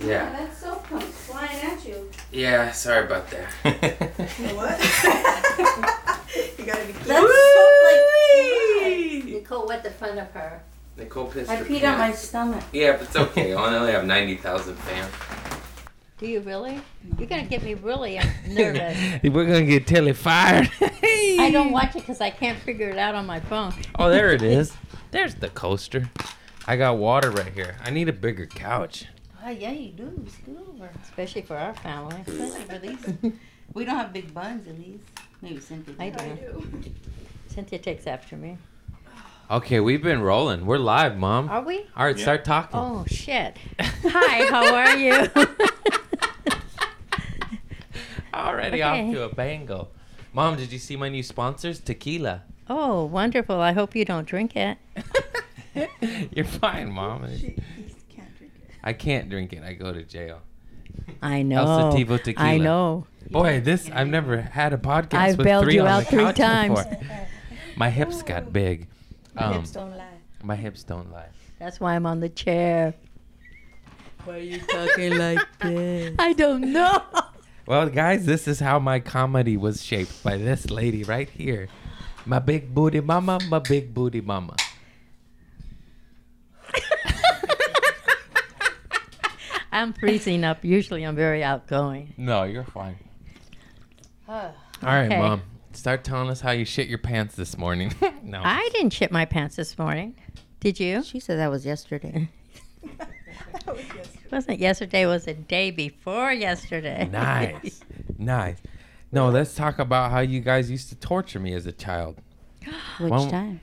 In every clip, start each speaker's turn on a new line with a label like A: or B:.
A: Yeah.
B: That soap comes flying at you.
A: Yeah, sorry about that.
C: What? you gotta be
B: That's soap like. Nicole wet the front of her.
A: Nicole pissed
B: I
A: her
B: peed on my
A: pants.
B: stomach.
A: Yeah, but it's okay. I only have 90,000 fans.
B: Do you really? You're gonna get me really nervous.
D: We're gonna get Telly fired.
B: I don't watch it because I can't figure it out on my phone.
D: Oh, there it is. There's the coaster. I got water right here. I need a bigger couch.
B: Oh, yeah, you do. Scoot over. Especially for our family. Especially for these. We don't have big buns, at least. Maybe Cynthia. I do. Cynthia takes after me.
D: Okay, we've been rolling. We're live, mom.
B: Are we?
D: All right,
E: Yeah.
D: start talking.
B: Oh, shit. Hi, how are you?
D: Already
B: Okay.
D: off to a bango. Mom, did you see my new sponsors? Tequila.
B: oh, wonderful. I hope you don't drink it.
D: You're fine, mom.
C: She, he can't drink it.
D: I can't drink it. I go to jail.
B: I
D: El
B: know.
D: Sativo tequila.
B: I know.
D: Boy, this I've never had a podcast.
B: I've
D: with
B: bailed
D: three
B: you
D: on
B: out
D: the
B: three
D: couch
B: times.
D: before. My hips got big.
C: Oh. My
D: Um,
C: Hips don't lie.
D: my hips don't lie.
B: That's why I'm on the chair.
C: Why are you talking like this?
B: I don't know.
D: Well, guys, this is how my comedy was shaped by this lady right here. My big booty mama, my big booty mama.
B: I'm freezing up. Usually I'm very outgoing.
D: No, you're fine.
B: Oh.
D: All right,
B: Okay.
D: mom. Start telling us how you shit your pants this morning. no.
B: I didn't shit my pants this morning. Did you?
F: She said that was yesterday.
C: that was yesterday.
B: It wasn't yesterday, it was the day before yesterday.
D: nice. nice. No, let's talk about how you guys used to torture me as a child.
F: Which
D: Well,
F: time?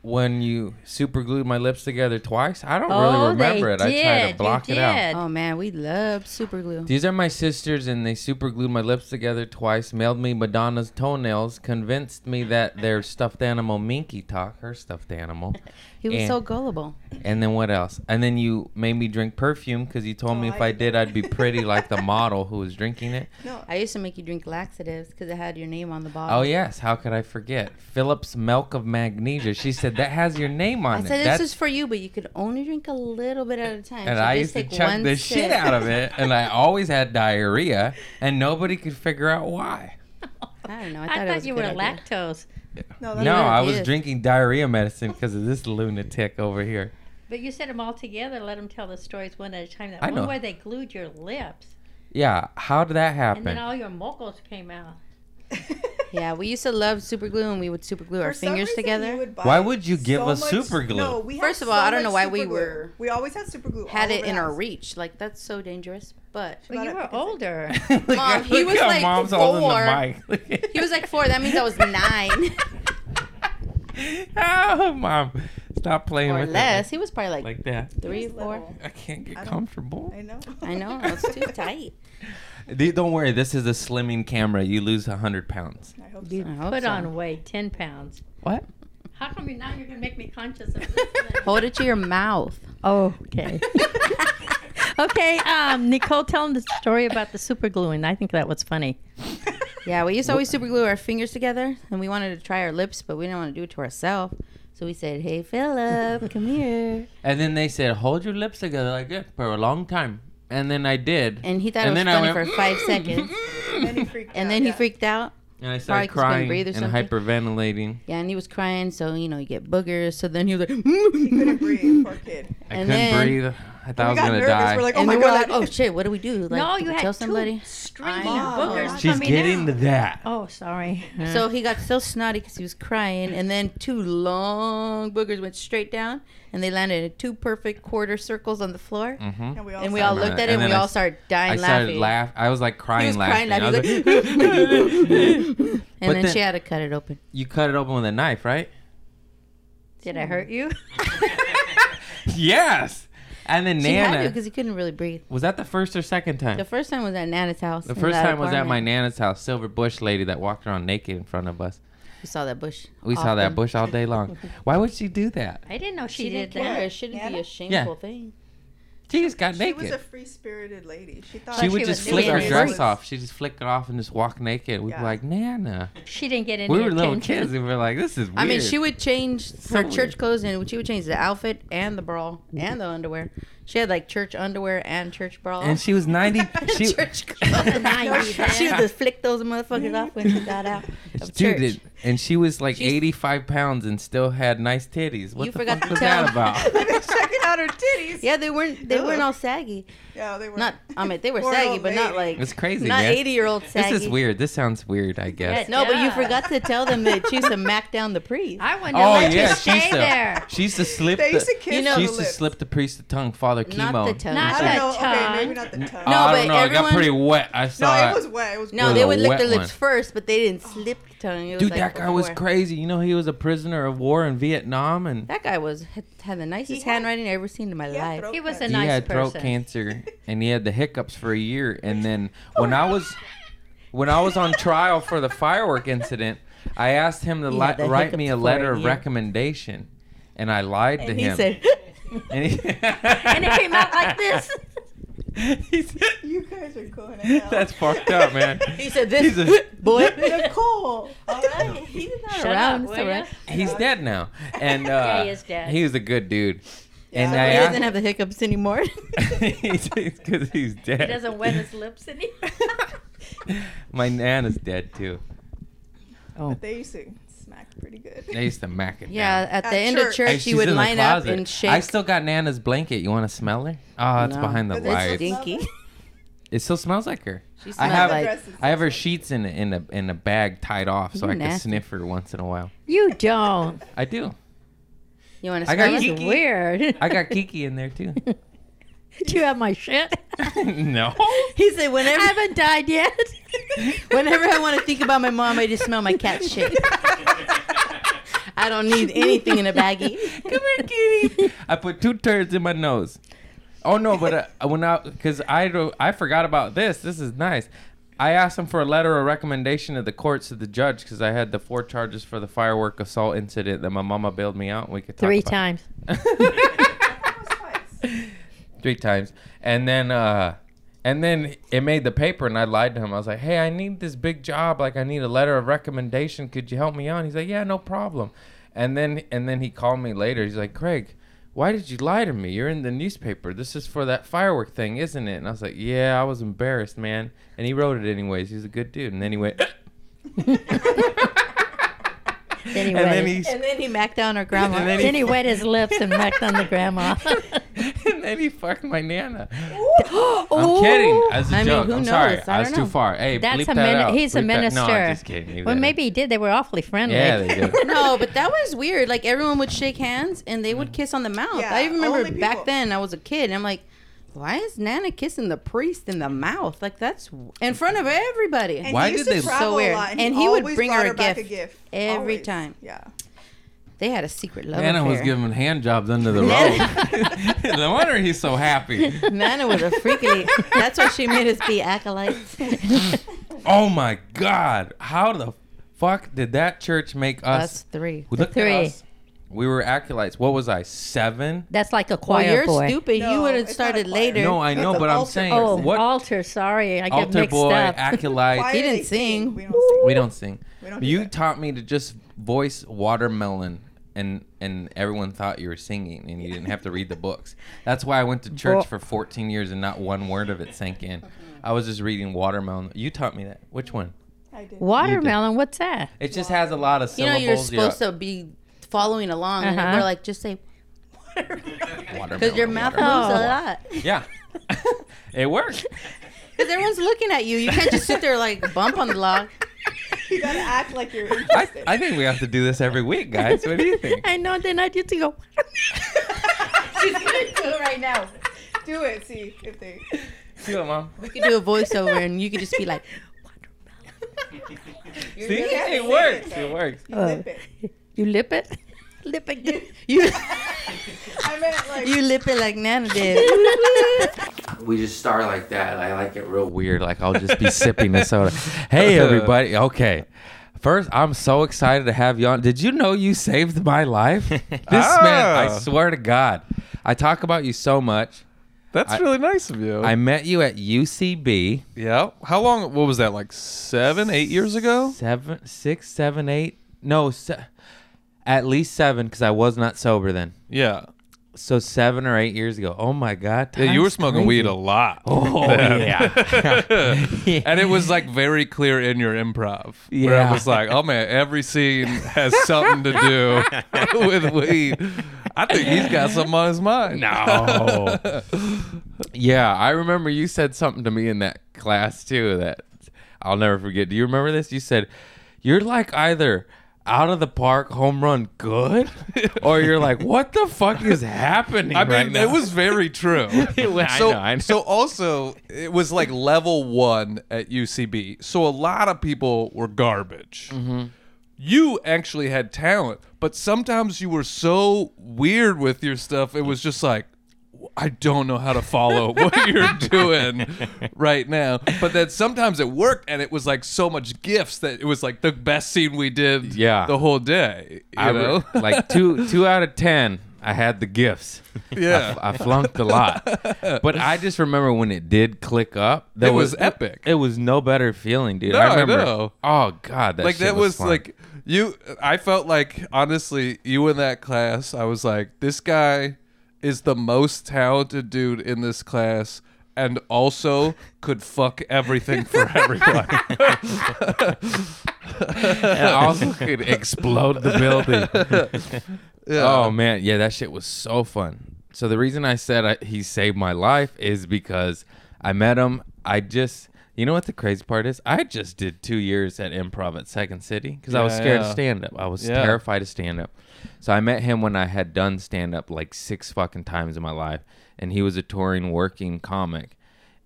D: When you super glued my lips together twice, I don't
B: Oh,
D: really
B: they
D: remember it. I tried
B: did,
D: to
B: you
D: block it out.
B: did.
F: Oh man, we love super glue.
D: These are my sisters, and they super glued my lips together twice, mailed me Madonna's toenails, convinced me that their stuffed animal Minky talk, her stuffed animal.
F: He was
D: and,
F: so gullible.
D: And then what else? And then you made me drink perfume because you told me
C: Oh,
D: if
C: I
D: I did, I'd be pretty like the model who was drinking it.
C: No,
F: I used to make you drink laxatives because it had your name on the bottle.
D: Oh, yes. How could I forget? Phillips Milk of Magnesia. She said, That has your name on
F: I
D: it.
F: said
D: That's-
F: this is for you, but you could only drink a little bit at a time.
D: and
F: So
D: I
F: just
D: used to
F: take
D: chuck
F: one
D: the
F: sip.
D: shit out of it, and I always had diarrhea, and nobody could figure out why.
F: I don't know. I
B: I
F: thought
B: thought,
F: it was a
B: you were
F: good idea.
B: lactose.
C: no,
D: No,
F: what
D: I
F: it
D: was
F: is.
D: drinking diarrhea medicine because of this lunatic over here.
B: But you said them all together. Let them tell the stories one at a time. That
D: I
B: one
D: know.
B: where they glued your lips,
D: Yeah, how did that
B: and then
D: happen?
B: all your mocos came out.
F: Yeah, we used to love super glue, and we would super glue our fingers together.
D: Why would you give us super glue?
F: First of all, I don't know why we were-
C: We always had super glue.
F: had
C: all
F: it
C: over
F: in
C: the
F: our
C: house.
F: reach. Like that's so dangerous. But
B: But
C: Not
B: you
C: it
B: were
C: because it-
B: older.
D: Look
F: Mom,
D: at-
F: he
D: look
F: was
D: how
F: like
D: mom's holding
F: four.
D: the mic.
F: he was like four. That means I was nine
D: oh, mom, stop playing
F: or
D: with it
F: less. He was probably like,
D: like that.
F: three,
C: Just
F: four.
C: little.
D: I can't get
C: I don't-
D: comfortable.
C: I know.
F: I know. It was too tight.
D: They- Don't worry, this is a slimming camera. You lose hundred pounds.
C: I hope
F: I
C: so.
F: hope
B: Put
F: so.
B: on weight, ten pounds.
D: What?
B: How come you now you're gonna make me conscious of this? thing?
F: Hold it to your mouth.
B: Oh, okay. okay, um, Nicole, tell them the story about the super gluing. I think that was funny.
F: Yeah, we used to always super glue our fingers together, and we wanted to try our lips, but we didn't want to do it to ourselves. So we said, "Hey, Philip, come here."
D: And then they said, hold your lips together like this for a long time. And then I did.
F: And he thought
D: And
F: it was
D: then I
F: funny
D: went,
F: for five seconds,
C: And he freaked
F: and
C: out,
F: then he
C: yeah.
F: freaked out.
D: And I
F: Probably
D: started
F: 'cause he couldn't
D: crying
F: breathe or
D: and
F: something.
D: hyperventilating.
F: Yeah, and he was crying, so you know you get boogers. So then he was like,
C: He couldn't breathe. Poor kid.
D: I couldn't
F: And then-
D: breathe. I thought I
C: we
D: was
C: got
D: gonna
C: nervous.
D: die.
C: We're like, oh
F: and
C: my
F: then we're
C: god.
F: like, "Oh shit, what do we do?" Like,
B: no,
F: do
B: you
F: we
B: had
F: tell
B: two
F: somebody.
B: string
C: know.
B: boogers
D: She's
B: coming
D: getting
B: out.
D: to that.
B: Oh, sorry.
F: So he got so snotty because he was crying, and then two long boogers went straight down, and they landed in two perfect quarter circles on the floor.
D: Mm-hmm.
C: and we all,
F: And we
C: said-
F: all
D: Remember
F: looked
D: that.
F: at it, and,
D: And
F: we
D: then I
F: all
D: s-
F: started dying
D: I
F: laughing.
D: started laugh. I was like crying,
F: He was
D: laughing.
F: crying laughing.
D: I
F: He
D: was
F: was
D: like,
F: like,
D: But
F: and then
D: then-
F: she had to cut it open.
D: you cut it open with a knife, right?
B: Did I hurt you?
D: yes. And then
F: She had to
D: Nana
F: because he couldn't really breathe.
D: was that the first or second time?
F: The
D: The,
F: first time was at Nana's house. in
D: first
F: that
D: time was at my
F: apartment.
D: nana's house. Silver bush lady that walked around naked in front of us.
F: We saw that bush.
D: We saw that
F: often.
D: bush all day long. Why would she do that?
B: I didn't know she,
F: She
B: did
F: didn't care.
B: that.
F: It shouldn't be
C: Nana?
F: a shameful thing.
D: She just got
A: She was a
D: naked.
A: free spirited lady. She thought
D: She
B: she
D: would
B: was
D: just flick
B: naked.
D: her
B: She
D: dress
A: was-
D: off. She just flicked it off and just walked naked. We'd be
A: Yeah.
D: like, Nana.
B: She didn't get any
D: We were little
B: attention.
D: kids and we were like, this is weird.
F: I mean, she would change her
D: weird.
F: church clothes and she would change the outfit and the bra and the underwear. She had like church underwear and church bra.
D: and she was 90. She,
F: church clothes.
B: Nice.
F: she would just flick those motherfuckers off when she got out of
D: Dude,
F: church.
D: it, and she was like
F: She's-
D: 85 pounds and still had nice titties. What
F: You
D: the
F: forgot
D: fuck
F: to
D: was
F: tell-
D: that about?
A: checking out her titties.
F: yeah, they weren't they weren't
A: Ugh.
F: all saggy.
A: No, they were
F: Not I mean they were
A: Poor
F: saggy,
A: old
F: but not
A: lady.
F: like
D: It's crazy,
F: not
D: man.
F: eighty year old saggy.
D: This is weird. This sounds weird, I guess.
F: No, but you
B: Yeah.
F: forgot to tell them that she used to mac down the priest.
B: I wanted
D: Oh,
B: to let
D: yeah,
B: you
D: she's
B: stay
D: the-
B: there.
D: She used to slip.
A: They used
D: the-
A: to kiss
F: You know-
A: on
D: she
A: the
D: used to
A: lips.
D: slip the priest the tongue, father chemo.
F: Not the tongue.
D: It was
B: Not
A: I
B: the
A: don't
D: like-
A: know. Okay, maybe
B: tongue.
A: not the tongue.
D: Oh,
F: No,
D: I don't
F: but
D: know. It got
F: everyone-
D: pretty wet. I
A: No,
D: saw
A: it
D: it.
A: was wet. It was
F: no,
D: It was
A: wet.
F: they
D: a
F: would lick
D: wet
F: their lips
D: one.
F: first, but they didn't slip the tongue. It was
D: Dude,
F: like
D: that guy was
F: before.
D: crazy. You know, he was a prisoner of war in Vietnam and
F: That guy was had the nicest
A: had-
F: handwriting I ever seen in my
A: He had
F: life.
A: throat
B: He was a
A: cuts.
D: he
B: nice
D: had throat
B: person.
D: cancer and he had the hiccups for a year. And then when I was when I was on trial for the firework incident, I asked him to
F: He
D: li-
F: had the
D: write me a
F: hiccups for
D: letter
F: a
D: of
F: year.
D: recommendation, and I lied to
F: And
D: him.
F: he said,
D: and, he-
B: And it came out like this.
D: He said-
A: You guys are going to hell.
D: That's fucked up, man.
F: he said
D: He's
F: this
D: a-
F: boy.
A: Nicole. All right.
F: He's not
B: Shut
F: around.
B: up,
F: it's
B: will
F: all right.
B: ya?
D: He's dead now, and uh,
B: Yeah, he is dead.
D: was a good dude. and
A: Yeah,
D: I
F: He
D: asked,
F: doesn't have the hiccups anymore.
D: he's because he's dead.
B: He doesn't wet his lips anymore.
D: My nana's dead too.
A: They used to smack pretty good.
D: They used to mac it.
F: Oh. yeah,
D: down.
F: at the
A: At
F: end of
A: church.
F: church,
D: Hey,
F: she
D: she's
F: would
D: in the
F: line up
D: closet.
F: and shake.
D: I still got nana's blanket. You want to smell her? Oh, it's
F: No.
D: behind the
A: But it's
F: It's
D: lights.
A: still-
F: stinky.
D: It still smells like her.
F: She
D: I
F: smelled
D: have
F: like
A: Dresses.
D: I have her sheets in a, in a in a bag tied off so
F: You
D: I can
F: nasty.
D: sniff her once in a while.
B: you don't.
D: I do.
F: you want to
D: I got
F: smell it?
D: Kiki.
B: Weird.
D: I got Kiki in there too.
B: Do you have my shit?
D: no.
F: He said
B: I
F: whenever
B: haven't died yet.
F: whenever I want to think about my mom, I just smell my cat shit. I don't need anything in a baggie.
D: Come here, kitty. I put two turds in my nose. Oh no, but uh, when I because I wrote- I forgot about this. This is nice. I asked him for a letter of recommendation to the courts to the judge because I had the four charges for the firework assault incident that my mama bailed me out. and We could talk
B: Three
D: about.
B: times.
A: That was nice.
D: three times and then uh and then it made the paper and i lied to him i was like hey i need this big job like i need a letter of recommendation could you help me out he's like yeah no problem and then and then he called me later he's like craig why did you lie to me you're in the newspaper this is for that firework thing isn't it and i was like yeah i was embarrassed man and he wrote it anyways he's a good dude and then he went and then
B: Anyway.
D: he
F: And then he macked down her grandma.
D: And then
B: Then he wet his lips and macked on the grandma.
D: and then he fucked my nana
B: oh,
D: I'm kidding. As a
F: I mean,
D: joke.
F: who
D: I'm
F: knows?
D: sorry.
F: I
D: I, was
F: don't
D: too
F: know.
D: far. Hey,
B: That's
D: bleep
B: a
D: that
B: min-
D: out.
B: he's a
D: Bleep that- No, I'm
B: minister.
D: just kidding. Leave
B: Well,
D: that
B: maybe he did. They were awfully
D: in.
B: friendly.
D: Yeah, they do.
F: no, but that was weird. Like everyone would shake hands and they would kiss on the mouth.
A: Mm. Yeah,
F: I remember
A: only
F: back
A: people-
F: then I was a kid and I'm like, why is Nana kissing the priest in the mouth? Like that's w- in front of everybody.
A: And
D: Why
A: he used
D: did
A: to
D: they-
A: travel
F: So weird.
A: A lot,
F: And he would
A: always
F: bring
A: brought
F: her a
A: back
F: gift.
A: a gift
F: Every
A: Always.
F: time.
A: Yeah.
F: they had a secret love
D: Nana
F: affair.
D: was giving hand jobs under the robe. no wonder he's so happy.
F: Nana was a freaky. that's why she made us be acolytes.
D: Oh my God. How the fuck did that church make us?
F: Us three.
D: Look at
B: Three.
D: us. We were acolytes. What was I? Seven?
B: That's like a
F: Well,
B: choir
F: you're
B: boy.
F: stupid. you
A: No,
F: would
A: it's
F: have
A: not
F: started
A: a choir.
F: later.
D: No, I know,
A: That's
D: but
A: an
D: I'm
A: altar
D: saying
B: Oh,
A: person.
D: what
B: altar. Sorry, I get
D: altar
B: mixed
D: boy,
B: up.
D: acolyte.
A: Why
F: He
A: did
F: didn't
A: they
F: sing.
A: We don't sing.
D: We don't sing.
A: We don't do
D: you
A: that.
D: taught me to just voice watermelon, and and everyone thought you were singing, and you didn't have to read the books. That's why I went to church
B: Well-
D: for 14 years, and not one word of it sank in. I was just reading watermelon. You taught me that. Which one?
A: I did.
B: Watermelon. What's that?
D: It just has a lot of
F: You know
D: syllables.
F: you're supposed to be following along,
B: Uh-huh.
F: and we're like, just say
D: Watermelon,
F: because your mouth moves
D: watermelon.
F: a lot.
D: Yeah. it worked.
F: Because everyone's looking at you. You can't just sit there like bump on the log.
A: You gotta act like you're
D: I,
A: interested.
D: I think we have to do this every week, guys. What do you think?
B: I know. Then I just go.
A: She's gonna do it right now. Do it. See if they.
D: Do it, mom.
F: We could do a voiceover, and you could just be like,
D: See,
A: have to
D: it
A: sing
D: works.
A: it,
D: It works.
A: You lip it.
B: Uh, You lip it. lip it.
F: you,
A: I meant like.
F: you lip it like Nana did.
G: We just start like that. I like it real weird.
D: weird. Like I'll just be sipping the soda. Hey everybody. Okay. First, I'm so excited to have you on. Did you know you saved my life? This man, I
H: Oh.
D: swear to God. I talk about you so much.
H: That's
D: I-
H: really nice of you.
D: I met you at UCB
H: yeah. How long? What was that? Like seven, eight years ago?
D: seven, six, seven, eight. No, se- at least seven because I was not sober then.
H: Yeah.
D: So seven or eight years ago. Oh my god.
H: Yeah, you were
D: time's
H: smoking
D: crazy.
H: weed a lot.
D: Oh yeah. Yeah.
H: and it was like very clear in your improv. Where it
D: Yeah.
H: was like, oh man, every scene has something to do with weed. I think he's got something on his mind.
D: No. yeah, I remember you said something to me in that class too that I'll never forget. Do you remember this? You said, You're like either out of the park home run good or you're like, What the fuck is happening?
H: I mean,
D: right now?
H: it was very true.
D: Well, I
H: so,
D: know, I know.
H: so also, it was like level one at UCB. So a lot of people were garbage.
D: Mm-hmm.
H: You actually had talent, but sometimes you were so weird with your stuff. It was just like, I don't know how to follow what you're doing right now. But then sometimes it worked, and it was like so much gifts that it was like the best scene we did
D: Yeah.
H: the whole day. You
D: I
H: know?
D: re- like two two out of ten. I had the gifts.
H: Yeah.
D: I, I flunked a lot, but I just remember when it did click up. There
H: It was epic.
D: It was no better feeling, dude.
H: No, I
D: I remember.
H: know.
D: Oh god, that
H: like
D: shit
H: that was,
D: fun.
H: like you i felt like honestly you in that class i was like this guy is the most talented dude in this class and also could fuck everything for everyone
D: and also could explode the building. Oh man, yeah, that shit was so fun. So the reason I said I, he saved my life is because I met him. I just, you know what the crazy part is? I just did two years at improv at Second City because I was
H: Yeah,
D: scared
H: yeah.
D: of stand up. I was
H: Yeah.
D: terrified of stand up. So I met him when I had done stand up like six fucking times in my life, and he was a touring working comic.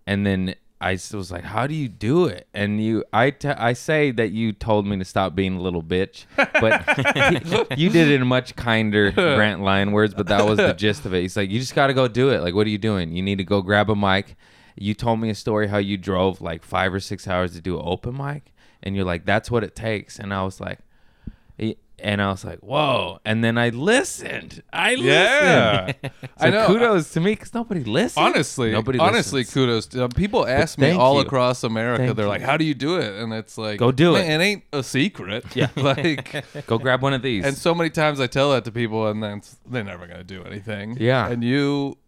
D: And then I s- was like, "How do you do it?" And you, I, t- I say that you told me to stop being a little bitch, but you did it in much kinder Grant line words. But that was the gist of it. He's like, "You just got to go do it. Like, what are you doing? You need to go grab a mic." You told me a story how you drove like five or six hours to do an open mic, and you're like, "That's what it takes." And I was like, he- and I was like, "Whoa!" And then I listened. I
H: Yeah.
D: listened. so
H: I know.
D: Kudos to me because nobody listened.
H: honestly
D: nobody.
H: honestly
D: listens.
H: kudos to, people ask me
D: thank
H: all
D: you.
H: across america
D: Thank
H: they're
D: you.
H: like how do you do it and it's like
D: Go do
H: "Man,
D: it."
H: it ain't a secret yeah like
D: go grab one of these.
H: And so many times I tell that to people, and then it's- they're never gonna do anything.
D: Yeah.
H: And you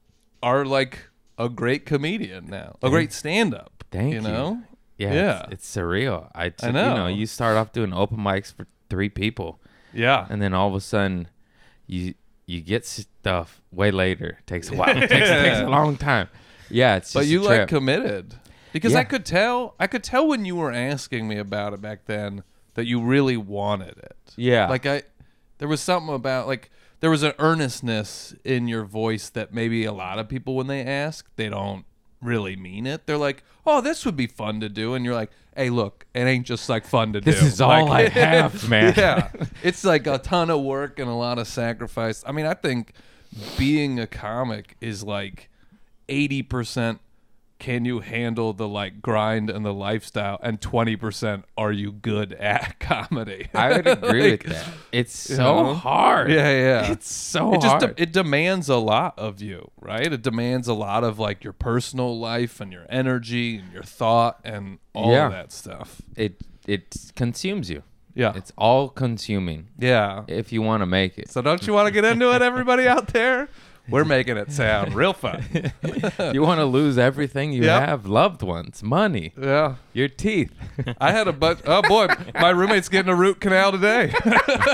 H: are like a great comedian now, a great stand-up.
D: Thank
H: you.
D: you.
H: Know.
D: yeah,
H: yeah.
D: It's, it's surreal. I, took- you
H: know.
D: know you start off doing open mics for three people,
H: Yeah.
D: and then all of a sudden, you you get stuff way later. Takes a while. It takes, it takes a long time. Yeah, it's just
H: but you
D: a
H: like
D: trip.
H: committed because I
D: Yeah.
H: could tell. I could tell when you were asking me about it back then that you really wanted it.
D: Yeah.
H: Like I, there was something about like there was an earnestness in your voice that maybe a lot of people when they ask they don't really mean it. They're like, "Oh, this would be fun to do," and you're like, "Hey, look, it ain't just like fun to do.
D: This is all
H: Like-
D: I have, man.
H: yeah, it's like a ton of work and a lot of sacrifice. I mean, I think being a comic is like eighty percent. Can you handle the like grind and the lifestyle? And twenty percent, are you good at comedy?
D: I would agree
H: Like,
D: with that. It's so
H: know?
D: hard.
H: Yeah, yeah.
D: It's so
H: it just
D: hard.
H: de- it demands a lot of you, right? It demands a lot of like your personal life and your energy and your thought and all
D: Yeah.
H: of that stuff.
D: it it consumes you.
H: Yeah,
D: It's all consuming
H: yeah.
D: if you want to make it.
H: So don't you want to get into it, everybody out there? We're making it sound real fun.
D: you want to lose everything you
H: Yep.
D: have, loved ones, money,
H: yeah.
D: your teeth.
H: I had a bunch. Oh boy, my roommate's getting a root canal today.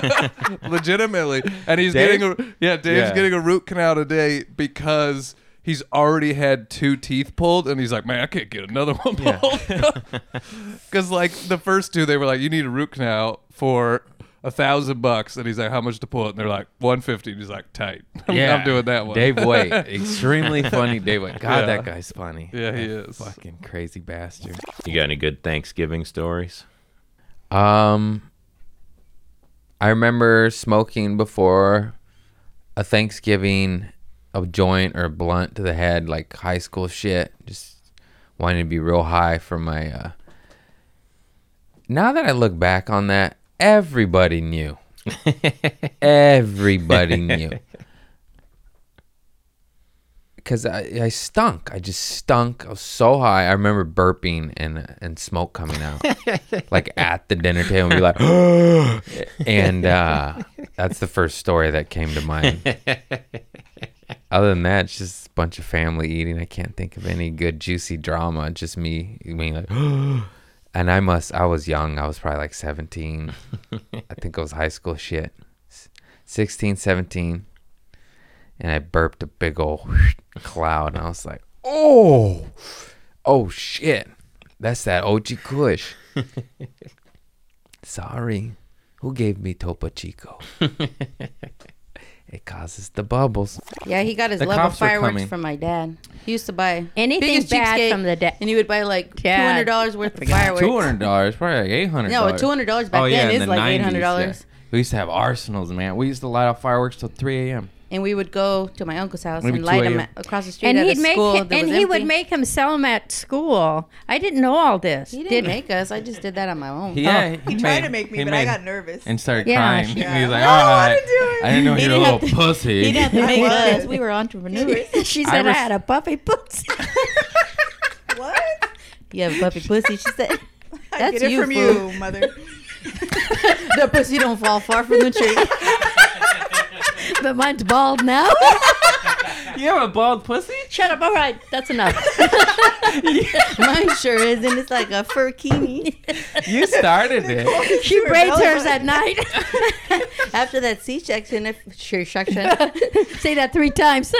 H: Legitimately, and he's
D: Dave?
H: getting a yeah. Dave's
D: Yeah.
H: getting a root canal today because he's already had two teeth pulled, and he's like, man, I can't get another one pulled. Because like the first two, they were like, you need a root canal for a thousand bucks, and he's like, how much to pull it? And they're like, one fifty. And he's like, tight. I'm, I'm doing that one.
D: Dave White, extremely funny Dave White. God,
H: Yeah.
D: that guy's funny.
H: Yeah, he is.
D: Fucking crazy bastard.
C: You got any good Thanksgiving stories?
D: Um, I remember smoking before a Thanksgiving, a joint or a blunt to the head, like high school shit. Just wanting to be real high for my. Uh... Now that I look back on that, everybody knew. everybody knew. because I, I stunk. I just stunk. I was so high. I remember burping and and smoke coming out, like at the dinner table, and be like, and uh, that's the first story that came to mind. Other than that, it's just a bunch of family eating. I can't think of any good juicy drama. Just me being like, and I must. I was young. I was probably like seventeen. I think it was high school shit. S- 16, 17 and I burped a big old cloud, and I was like, "Oh, oh shit, that's that OG Kush." Sorry, who gave me Topo Chico? it causes the bubbles.
F: Yeah, he got his
D: The
F: love of
D: cops are
F: fireworks
D: coming.
F: from my dad. He used to buy
A: Anything
F: biggest
A: bad
F: cheapskate,
A: from the dad.
F: and he would buy like two
A: Dad.
F: hundred dollars worth of fireworks.
D: Two hundred dollars, Oh, probably like eight hundred.
F: No, $200 back then is like $800.
D: We used to have arsenals, man. We used to light off fireworks till three a.m.
F: And we would go to my uncle's house
D: Maybe
F: and light
D: 2
F: them
D: a.m.
F: across the street
A: And
F: at
A: he'd
F: a
A: make
F: school that
A: and
F: was
A: he would
F: empty.
A: make him sell them at school. I didn't know all this.
F: He didn't
A: did
F: make us. I just did that on my own.
D: Yeah,
B: He tried to make me, but I got nervous.
D: and started
A: Yeah.
D: crying.
B: Yeah.
D: He was like,
B: I don't
D: "All
B: wanna
D: right,
B: do it."
D: I didn't know
F: He
D: you were a
F: didn't
D: little
F: have
D: pussy."
F: He didn't have to
B: I
F: make
B: was.
F: us. We were entrepreneurs.
A: she said I,
D: res-
A: had a puffy pussy.
B: what?
F: you have a puppy pussy, she said.
B: I
F: That's
B: get it
F: you,
B: from
F: fool.
B: you, mother.
F: the pussy don't fall far from the tree.
A: but mine's bald now.
D: You have a bald pussy?
A: Shut up. All right, that's enough.
F: Mine sure is, and it's like a furkini.
D: You started it.
F: She
A: braids hers
F: at
A: at night.
F: After that C section, if sure section,
A: Say that three times.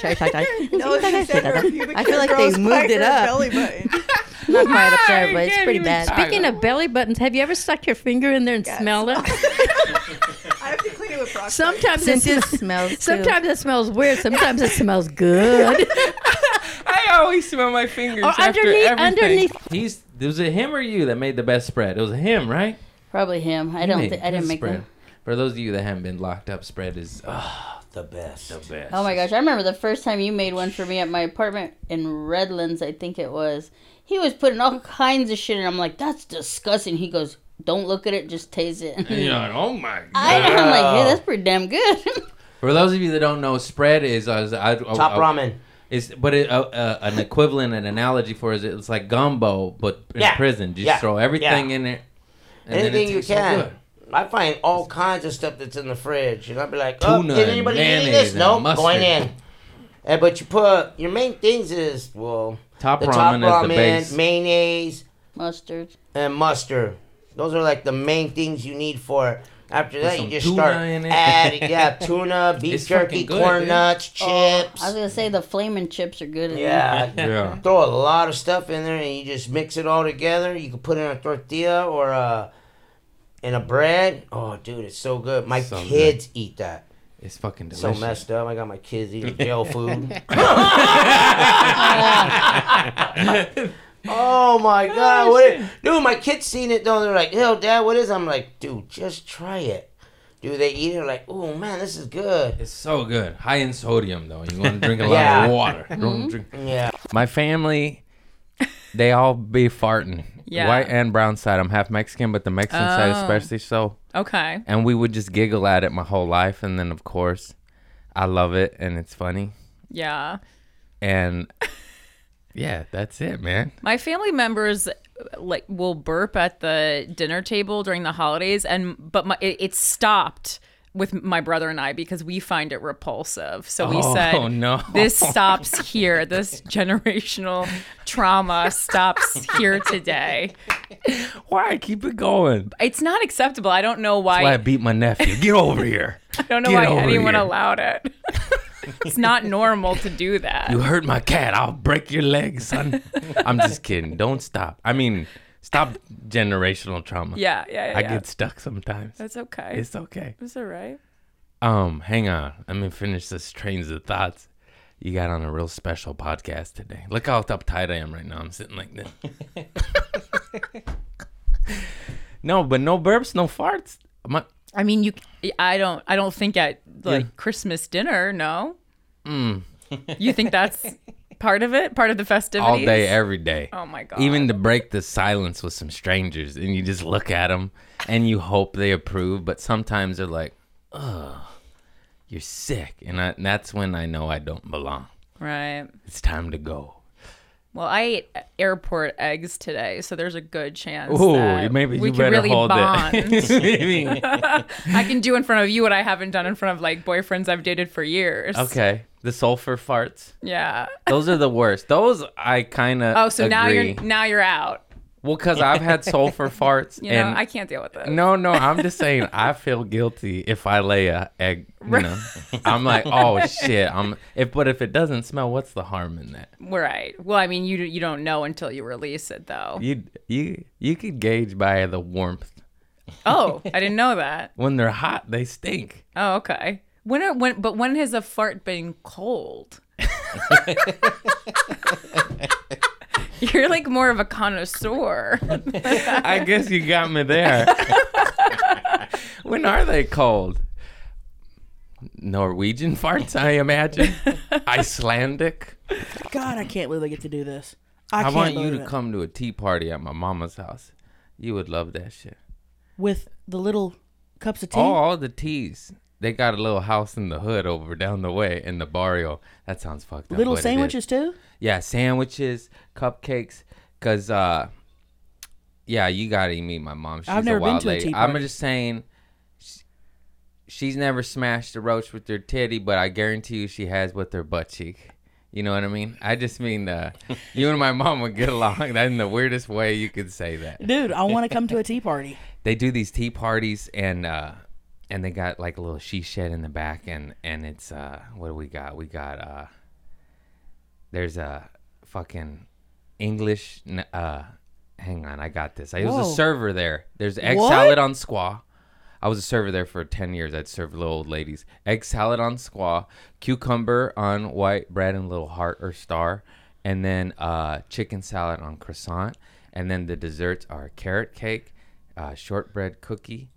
F: sure section.
B: No, she said her pubic
F: I feel like
B: hair
F: they
B: grows
F: moved
B: by
F: it
B: her
F: up.
B: Belly button.
F: not quite up there, but it's pretty bad.
A: Speaking of belly buttons, have you ever stuck your finger in there and
B: Yes.
A: smelled it?
B: I have to clean it with Proxy.
A: Sometimes it
F: Since it
A: smells.
F: smells
A: Sometimes it smells weird. Sometimes it smells good.
D: I always smell my fingers
A: Or
D: after
A: underneath-
D: everything.
A: underneath-
D: He's was it him or you that made the best spread? It was him, right?
A: Probably him. I don't.
D: Made
A: Th- I
D: good
A: didn't make
D: spread.
A: them.
D: For those of you that haven't been locked up, spread is ah the best, the best.
A: Oh my gosh! I remember the first time you made one for me at my apartment in Redlands. I think it was. He was putting all kinds of shit, and I'm like, "That's disgusting." He goes, "Don't look at it. Just taste it."
D: And you're like, oh my god.
A: I know. I'm like, "Yeah, that's pretty damn good."
D: For those of you that don't know, spread is uh, is- I,
I: Top ramen.
D: It's but it, uh, uh, an equivalent, an analogy for it. It's like gumbo, but in
I: Yeah.
D: prison, just
I: Yeah.
D: throw everything
I: Yeah.
D: in it. and then it
I: Anything you
D: tastes so
I: can.
D: good.
I: I find all kinds of stuff that's in the fridge, and I'll be like, "Oh,
D: Tuna
I: did
D: and
I: anybody eat
D: mayonnaise
I: this?
D: and
I: No,
D: mustard.
I: going in." And but you put your main things is well,
D: Top
I: the
D: ramen
I: top
D: is
I: ramen,
D: the base.
I: mayonnaise,
A: Mustard.
I: and mustard. Those are like the main things you need for it. After that,
D: some
I: you just
D: tuna
I: start
D: in it.
I: adding yeah, tuna, beef
D: It's
I: jerky,
D: fucking good,
I: corn
D: dude.
I: nuts, chips.
A: Oh, I was gonna say the flaming chips are good. in there.
I: yeah,
D: Yeah.
I: throw a lot of stuff in there and you just mix it all together. You can put it in a tortilla or a in a bread. Oh, dude, it's so good. My
D: So
I: kids eat that.
D: It's fucking
I: So
D: delicious.
I: messed up. I got my kids eating jail food. oh my god, what? Is, dude, my kids seen it though. They're like, "Yo, dad, what is?" it?" I'm like, "Dude, just try it." Dude, they eat it they're like, "Oh man, this is good."
D: It's so good. High in sodium though. You want to drink a lot
I: Yeah.
D: of water. You
A: Mm-hmm.
D: wanna drink-
I: Yeah.
D: My family, they all be farting.
J: Yeah.
D: White and brown side. I'm half Mexican, but the Mexican side
J: Oh.
D: especially so.
J: Okay.
D: And we would just giggle at it my whole life, and then of course, I love it and it's funny.
J: Yeah.
D: And yeah, that's it, man.
J: My family members like will burp at the dinner table during the holidays, and but my, it, it stopped with my brother and I because we find it repulsive. So we
D: Oh,
J: said,
D: no.
J: this stops here. This generational trauma stops here today.
D: Why keep it going?
J: It's not acceptable. I don't know why.
D: That's why I beat my nephew. Get over here.
J: I don't know
D: Get
J: why
D: over
J: anyone
D: here.
J: allowed it. it's not normal to do that.
D: You hurt my cat. I'll break your legs, son. I'm just kidding. Don't stop. I mean, stop generational trauma.
J: yeah, yeah, yeah.
D: I
J: yeah.
D: get stuck sometimes.
J: That's okay. It's,
D: It's okay.
J: all right.
D: Um, hang on. Let me finish this trains of thoughts. You got on a real special podcast today. Look how uptight I am right now. I'm sitting like this. no, but no burps, no farts. My,
J: I mean, you. I don't. I don't think at like
D: Yeah.
J: Christmas dinner. No. Mm. you think that's part of it? Part of the festivities?
D: all day, every day.
J: oh my god.
D: Even to break the silence with some strangers, and you just look at them, and you hope they approve. But sometimes they're like, "Ugh, you're sick," and, I, and that's when I know I don't belong.
J: Right.
K: It's time to go.
J: Well, I ate airport eggs today, so there's a good chance.
D: Ooh,
J: that
D: maybe
J: we
D: you
J: can
D: better
J: really
D: hold
J: bond.
D: it.
J: I can do in front of you what I haven't done in front of like boyfriends I've dated for years.
D: okay, the sulfur farts.
J: Yeah.
D: Those are the worst. Those I kind of.
J: Oh, so now you're
D: agree.
J: now you're out.
D: well because I've had sulfur farts.
J: You know,
D: and
J: I can't deal with it.
D: No, no, I'm just saying I feel guilty if I lay a egg. You know, I'm like, oh shit. I'm if but if it doesn't smell, what's the harm in that?
J: Right. Well, I mean, you you don't know until you release it, though.
D: You you you could gauge by the warmth.
J: Oh, I didn't know that.
D: When they're hot, they stink.
J: Oh, okay. When are, when but when has a fart been cold? You're like more of a connoisseur.
D: I guess you got me there. when are they cold? Norwegian farts, I imagine. Icelandic.
C: God, I can't believe I get to do this. I,
D: I,
C: can't
D: want you
C: believe
D: to
C: it.
D: come to a tea party at my mama's house. You would love that shit.
C: with the little cups of tea.
D: Oh, all the teas. They got a little house in the hood over down the way in the barrio. That sounds fucked up.
C: little
D: but it is.
C: sandwiches too.
D: Yeah, sandwiches, cupcakes, cause uh, yeah, you gotta eat me, my mom. She's
C: never
D: a
C: been
D: wild
C: to a
D: lady.
C: tea
D: I'm
C: party.
D: just saying, sh- she's never smashed a roach with her titty, but I guarantee you she has with her butt cheek. You know what I mean? I just mean uh, you and my mom would get along. That's the weirdest way you could say that
C: Dude, I want to come to a tea party.
D: they do these tea parties and uh and they got like a little she shed in the back and and it's uh what do we got we got uh there's a fucking english n- uh hang on i got this i was
C: Whoa.
D: a server there there's egg
C: What?
D: salad on squaw I was a server there for 10 years. I'd serve little old ladies. Egg salad on squaw, cucumber on white bread and little heart or star, and then uh, chicken salad on croissant. And then the desserts are carrot cake, uh, shortbread cookie,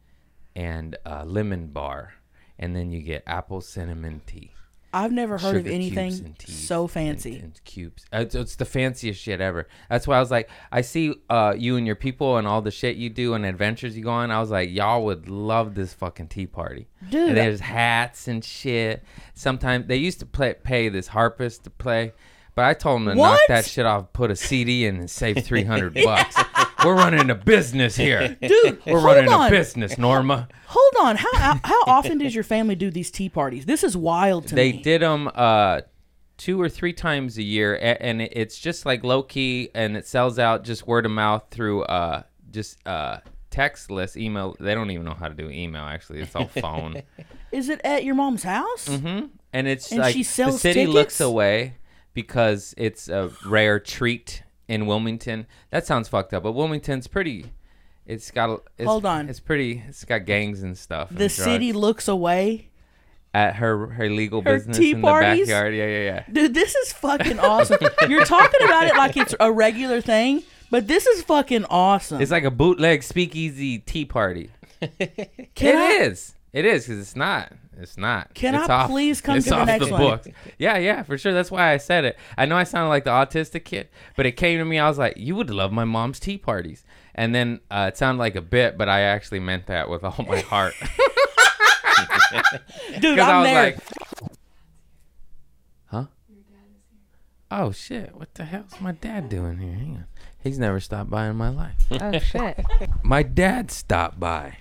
D: and uh, lemon bar. And then you get apple cinnamon tea.
C: I've never heard of
D: Sugar cubes
C: anything
D: and teas
C: so
D: and-
C: fancy.
D: and cubes. Uh, It's, it's the fanciest shit ever. That's why I was like, I see uh, you and your people and all the shit you do and adventures you go on. I was like, y'all would love this fucking tea party.
C: Dude, I-
D: and there's hats and shit. Sometimes they used to play, pay this harpist to play. But I told him to knock
C: What?
D: that shit off, put a CD in, and save three hundred bucks. We're running a business here.
C: Dude,
D: We're
C: hold
D: running
C: on.
D: a business, Norma.
C: Hold on. How how- how often does your family do these tea parties? This is wild to
D: they
C: me.
D: did them uh two or three times a year a- and it- it's just like low key and it sells out just word of mouth through uh just uh textless email they don't even know how to do email actually it's all phone
C: Is it at your mom's house?
D: and it's
C: And
D: like
C: she sells
D: the city looks
C: tickets?
D: away because it's a rare treat in Wilmington. That sounds fucked up, but Wilmington's pretty. It's got. a- It's,
C: Hold on.
D: It's pretty. It's got gangs and stuff. and
C: The city
D: drugs.
C: looks away.
D: at her her legal
C: Her
D: business
C: tea
D: in
C: parties?
D: the backyard. Yeah, yeah, yeah.
C: Dude, this is fucking awesome. You're talking about it like it's a regular thing, but this is fucking awesome.
D: It's like a bootleg speakeasy tea party. It
C: Can I-
D: is. It is because it's not. It's not.
C: Can
D: it's
C: I please come
D: it's
C: to the
D: off
C: next
D: the
C: one?
D: books. Yeah, yeah, for sure. That's why I said it. I know I sounded like the autistic kid, but it came to me. I was like, "You would love my mom's tea parties," and then uh, it sounded like a bit, but I actually meant that with all my heart.
C: Dude,
D: Because
C: I'm
D: I was
C: there.
D: like, huh? Oh shit! What the hell's my dad doing here? Hang on. He's never stopped by in my life.
L: Oh shit!
D: My dad stopped by.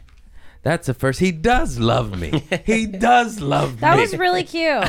D: That's the first. He does love me. He does love
M: That
D: me.
M: was really cute.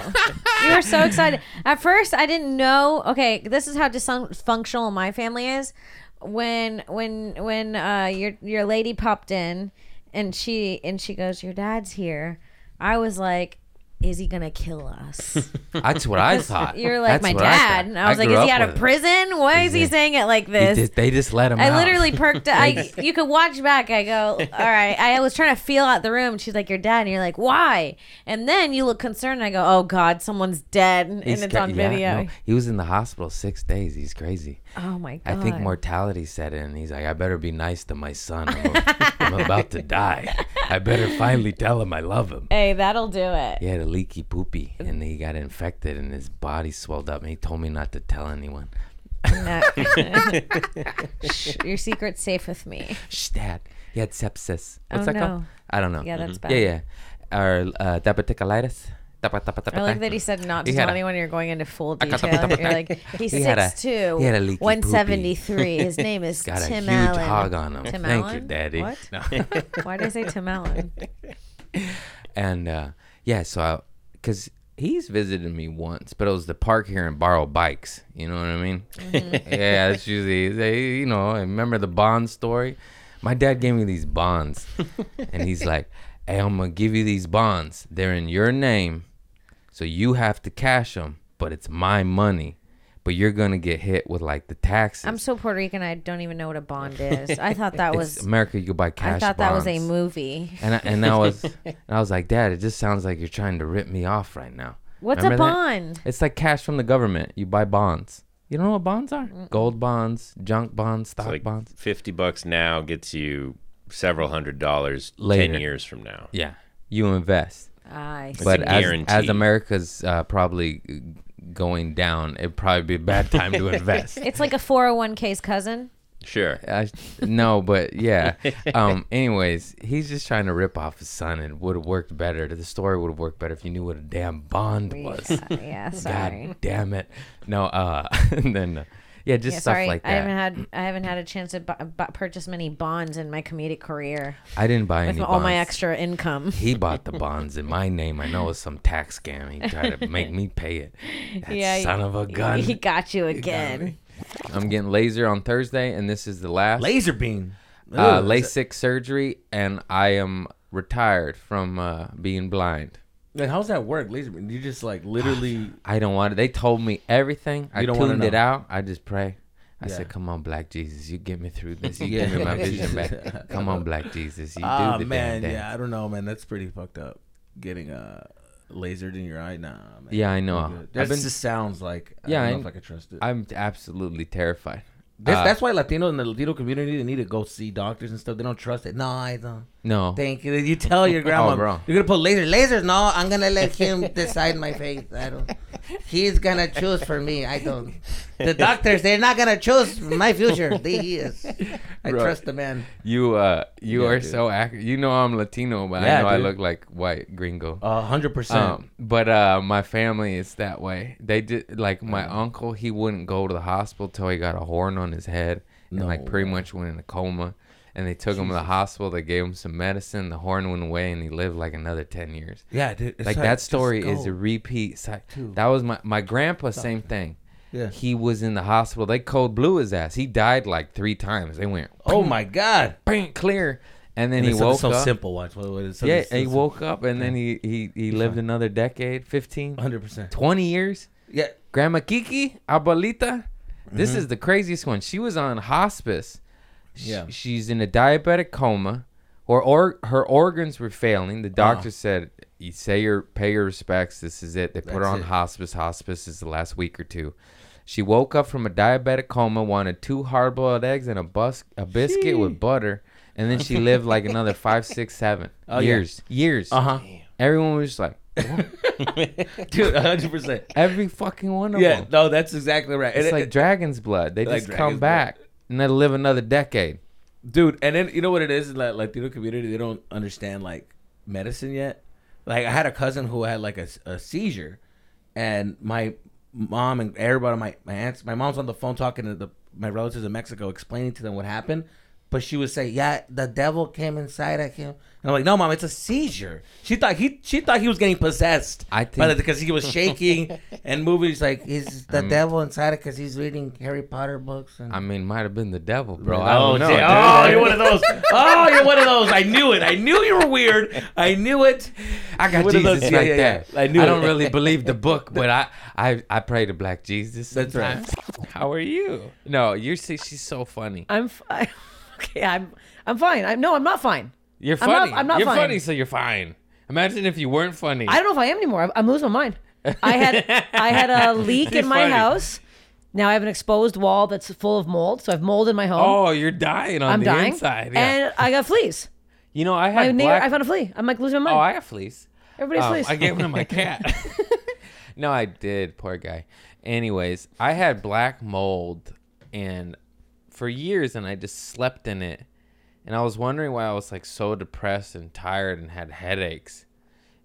M: you were so excited. At first, I didn't know. Okay, this is how dysfunctional my family is. When when when uh, your your lady popped in, and she and she goes, "Your dad's here." I was like, "Is he gonna kill us?"
D: That's what I thought.
M: You're like
D: That's
M: my
D: what I
M: dad,
D: thought.
M: and I was like,
D: grew
M: "Is he
D: up
M: out of
D: with it.
M: prison? Why is he
D: Exact-
M: saying it like
D: He
M: this?"
D: just- they just let him out.
M: I literally perked. I
D: Ex-
M: you could watch back. I go, all right. I was trying to feel out the room. She's like, "You're dead," and you're like, "Why?" And then you look concerned. And I go, "Oh God, someone's dead," and,
D: He's
M: and it's
D: cra-
M: on
D: yeah,
M: video.
D: no, he was in the hospital six days. He's crazy.
M: Oh my
D: I
M: God.
D: think mortality set in. He's like, I better be nice to my son. I'm, a- I'm about to die. I better finally tell him I love him.
M: Hey, that'll do it.
D: He had a leaky poopy, and he got infected, and his body swelled up. And he told me not to tell anyone.
M: No. Shh, Your secret's safe with me.
D: Shh, Dad. He had sepsis. What's
M: Oh,
D: that called?
M: no.
D: I don't know. Mm-hmm.
M: Yeah, that's
D: Yeah,
M: bad.
D: yeah. Or uh, diverticulitis.
M: I like that he said not to
D: He
M: tell
D: had a-
M: anyone you're going into full
D: I got the-
M: detail. You're like, he's
D: He had a-
M: 6'2",
D: he had a leaky poopy.
M: 173. His name is
D: Got a
M: Tim
D: huge
M: Allen.
D: hog on him.
M: Tim
D: Thank you,
M: Allen?
D: Daddy.
M: What?
D: No.
M: Why did I say Tim Allen?
D: And uh, yeah, so I, cause he's visited me once, but it was the park here and borrow bikes. You know what I mean?
M: Mm-hmm.
D: yeah, that's usually they. You know, I remember the bond story. My dad gave me these bonds, and he's like, "Hey, I'm gonna give you these bonds. They're in your name, so you have to cash them. But it's my money." But you're gonna get hit with like the taxes.
M: I'm so Puerto Rican. I don't even know what a bond is. I thought that
D: It's
M: was
D: America. You could buy
M: I
D: cash.
M: thought that was a
D: bonds.
M: movie.
D: And I, and I was and I was like, Dad, it just sounds like you're trying to rip me off right now.
M: What's a
D: that?
M: bond?
D: It's like cash from the government. You buy bonds. You don't know what bonds are? Gold bonds, junk bonds, stock like bonds. Fifty bucks
N: now gets you several hundred dollars
D: Later.
N: ten years from now.
D: Yeah, you invest.
M: I see.
D: But
N: It's a
D: as,
N: guarantee.
D: as America's uh, probably going down, it'd probably be a bad time to invest.
M: It's like a 401k's cousin.
D: Sure. I, no, but yeah. Um. Anyways, he's just trying to rip off his son. It would have worked better. The story would have worked better if you knew what a damn bond was.
M: yeah, sorry.
D: God damn it. No. Uh. and then, uh, yeah, just
M: Yeah,
D: stuff
M: sorry,
D: like
M: I
D: that.
M: haven't had I haven't had a chance to bu- bu- purchase many bonds in my comedic career.
D: I didn't buy
M: with
D: any
M: all my
D: bonds.
M: extra income.
D: he bought the bonds in my name. I know it was some tax scam. He tried to make me pay it. That son of a
M: he-
D: gun.
M: He got you again.
D: I'm getting laser on Thursday, and this is the last
M: Laser
D: beam. Uh,
M: Ooh,
D: LASIK surgery, and I am retired from uh, being blind.
O: Then how's that work, laser? beam? You just like literally.
D: I don't want it. They told me everything. I
O: You don't wanna
D: tuned it
O: know.
D: out. I just pray. I
O: Yeah.
D: said, "Come on, Black Jesus, you get me through this. You get me my vision back. Come on, Black Jesus, you
O: Ah,
D: do the
O: man,
D: damn
O: yeah,
D: thing."
O: I don't know, man. That's pretty fucked up. Getting uh lasered in your eye, nah. Man.
D: Yeah, I know. I've
O: That
D: been-
O: just sounds like. I
D: yeah,
O: don't know
D: I'm-
O: if I could trust it.
D: I'm absolutely terrified.
O: That's,
D: Uh,
O: that's why Latino in the Latino community they need to go see doctors and stuff. They don't trust it. No, I don't.
D: No.
O: Thank you. You tell your grandma
D: Oh, bro.
O: you're gonna put laser.
E: Lasers, no, I'm gonna let him decide my fate. I don't. He's gonna choose for me. I don't. The doctors, they're not gonna choose my future. They, he is. I
D: Bro,
E: trust the man.
D: You uh, you
O: Yeah,
D: are
O: dude.
D: so accurate. You know I'm Latino, but I
O: Yeah,
D: know I
O: dude.
D: look like white gringo.
O: A hundred percent.
D: Um, But uh, my family is that way. They did like my
O: Uh-huh.
D: uncle. He wouldn't go to the hospital till he got a horn on his head and like pretty much went in a coma. And they took him to the hospital. They gave him some medicine. The horn went away, and he lived like another ten years.
O: Yeah, dude, it's
D: like
O: like,
D: that
O: just
D: story is
O: go.
D: a repeat. It's like-
O: Dude.
D: That was my my grandpa. Same thing.
O: Yeah.
D: He was in the hospital. They cold blew his ass. He died like three times. They went.
O: Oh my god.
D: Bang, clear. And then
O: And
D: he
O: it's something
D: woke
O: so
D: up.
O: simple, watch. What- what is- something
D: yeah,
O: so
D: and he
O: simple.
D: woke up, and then he he, he lived another decade, 15,
O: 100%.
D: 20 years.
O: Yeah.
D: Grandma Kiki, abuelita. This
O: Mm-hmm.
D: is the craziest one. She was on hospice. Sh-
O: Yeah.
D: She's in a diabetic coma, or or her organs were failing. The doctor said, "You say your pay your respects. This is it." They put her
O: That's
D: on
O: it.
D: hospice. Hospice is the last week or two. She woke up from a diabetic coma, wanted two hard-boiled eggs and a bus a biscuit with butter, and then she lived like another five, six, seven
O: Oh, yeah.
D: years. Years.
O: Uh huh.
D: Everyone was just like, "What?"
O: Dude, 100%.
D: Every fucking one of
O: Yeah,
D: them.
O: no, that's exactly right.
D: It's
O: And
D: like
O: it-
D: dragon's blood. They
O: Like
D: just
O: dragon's
D: come
O: blood.
D: back and they live another decade.
O: dude. And then you know what it is in the Latino community, they don't understand like medicine yet. Like I had a cousin who had like a, s- a seizure, and my mom and everybody, my my aunts, my mom's on the phone talking to the my relatives in Mexico, explaining to them what happened. But she would say, "Yeah, the devil came inside of him," and I'm like, "No, mom, it's a seizure." She thought he she thought he was getting possessed.
D: I
O: by
D: think-
O: the-
D: Mm.
O: because he was shaking and moving. He's like, "He's
E: The
O: the devil."
E: devil inside it because he's reading Harry Potter books. And
D: I mean, might have been the devil, bro.
O: Oh,
D: I don't know.
O: shit.
D: dude.
O: Oh, you're one of those. Oh, you're one of those. I knew it. I knew you were weird. I knew it.
D: I got
O: One of
D: Jesus
O: those- yeah,
D: like
O: yeah, yeah.
D: that.
O: I
D: I,
O: knew it.
D: don't really believe the book, but I, I, I pray to Black Jesus.
O: That's right.
D: sometimes. How are you? No, you see, she's so funny.
P: I'm fine. Okay, I'm I'm fine. I'm no, I'm not fine.
D: You're
P: I'm not-
D: funny.
P: I'm not
D: you're
P: fine.
D: funny, so you're fine. Imagine if you weren't funny.
P: I don't know if I am anymore. I'm- I'm losing my mind. I had I had a leak
D: You're
P: in my
D: funny.
P: house. Now I have an exposed wall that's full of mold, so I have mold in my home.
D: Oh, you're dying on
P: I'm
D: the
P: dying.
D: inside. Yeah.
P: And I got fleas.
D: you know, I
P: My
D: had
P: neighbor,
D: black.
P: I found a flea. I'm like losing my
D: oh,
P: mind.
D: I have fleas.
P: Everybody has
D: Um,
P: fleas.
D: I gave one to my cat. no, I did. Poor guy. Anyways, I had black mold and for years and I just slept in it. And I was wondering why I was like so depressed and tired and had headaches.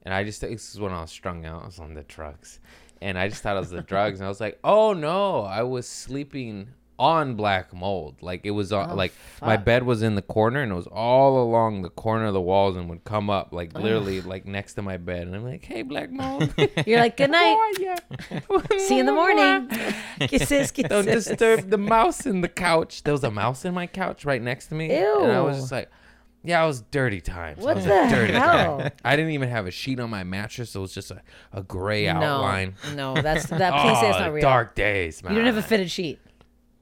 D: And I just this is when I was strung out. I was on the drugs, and I just thought it was the drugs. And I was like, oh no, I was sleeping on black mold. Like it was on,
N: Oh,
D: like my
N: fuck.
D: bed was in the corner, and it was all along the corner of the walls, and would come up like literally like next to my bed. And I'm like, hey, black mold.
M: You're like, good night. See you in the morning.
D: kisses, kisses. Don't disturb the mouse in the couch. There was a mouse in my couch right next to me. And I was
N: Ew.
D: just like, yeah, it was dirty times. I
N: What
D: was
N: the
D: a dirty
N: hell?
D: time. I didn't even have a sheet on my mattress. It was just a, a gray
P: No.
D: outline.
P: No, that's- that- please say it's
D: Oh,
P: not real.
D: Dark days, man.
P: You don't have a fitted sheet.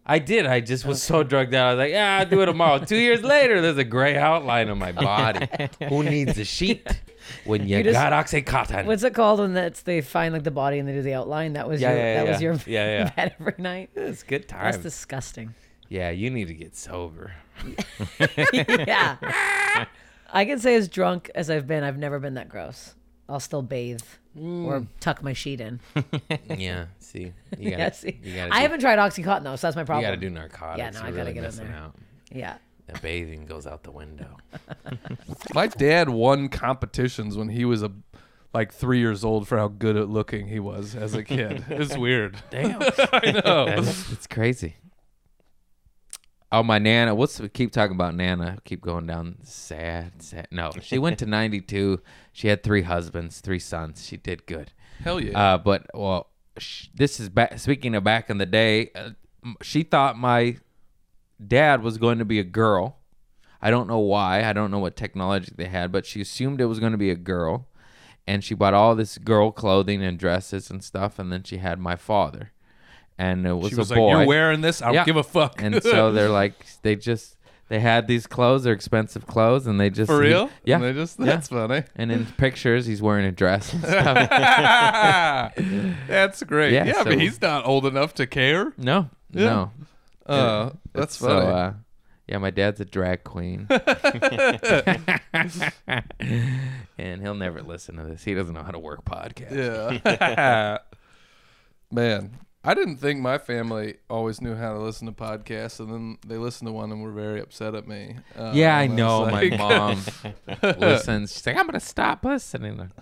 D: I did. I just was so drugged out. I was like, yeah, I'll do it tomorrow. Two years later, there's a gray outline on my body. Who needs a sheet when you,
P: You just-
D: got Oxycontin?
P: What's it called when that's they find like the body and they do the outline? That was
D: Yeah,
P: your
D: yeah,
P: that
D: yeah.
P: was your
D: Yeah, yeah.
P: bed every night.
D: It's good time.
P: That's disgusting.
D: Yeah, you need to get sober.
P: yeah. I can say as drunk as I've been, I've never been that gross. I'll still bathe or
D: Mm.
P: tuck my sheet in.
D: yeah. See, you gotta.
P: Yeah, see?
D: You gotta
P: I
D: do-
P: haven't tried Oxycontin though, so that's my problem.
D: You gotta do narcotics.
P: Yeah, no, I
D: You're
P: gotta
D: really
P: get in
D: missing
P: there.
D: out.
P: Yeah.
D: The bathing goes out the window.
H: My dad won competitions when he was a like three years old for how good at looking he was as a kid. It's weird.
D: Damn.
H: I know.
D: That's- It's crazy. Oh, my Nana. What's we keep talking about Nana? Keep going down. Sad, sad. No, she went to 92. She had three husbands, three sons. She did good.
H: Hell yeah.
D: Uh, but well, sh- this is back. Speaking of back in the day, uh, m- she thought my dad was going to be a girl. I don't know why. I don't know what technology they had, but she assumed it was going to be a girl, and she bought all this girl clothing and dresses and stuff. And then she had my father, and it was
H: She
D: a
H: was like,
D: boy.
H: "You're wearing this? I don't give a fuck."
D: and so they're like, they just they had these clothes, they're expensive clothes, and they just
H: For real?
D: yeah,
H: And they just-
D: yeah.
H: that's funny.
D: And in pictures, he's wearing a dress. And stuff.
H: that's great. Yeah,
D: Yeah,
H: but
D: so-
H: he's not old enough to care.
D: No,
H: Yeah.
D: no.
H: Uh,
D: Yeah.
H: that's
D: so,
H: funny.
D: uh, yeah, my dad's a drag queen. and he'll never listen to this. He doesn't know how to work podcasts.
H: Yeah. Man, I didn't think my family always knew how to listen to podcasts, and then they listened to one and were very upset at me. Uh,
D: yeah, I
H: and was
D: know.
H: like-
D: my mom listens. She's like, I'm going to stop listening.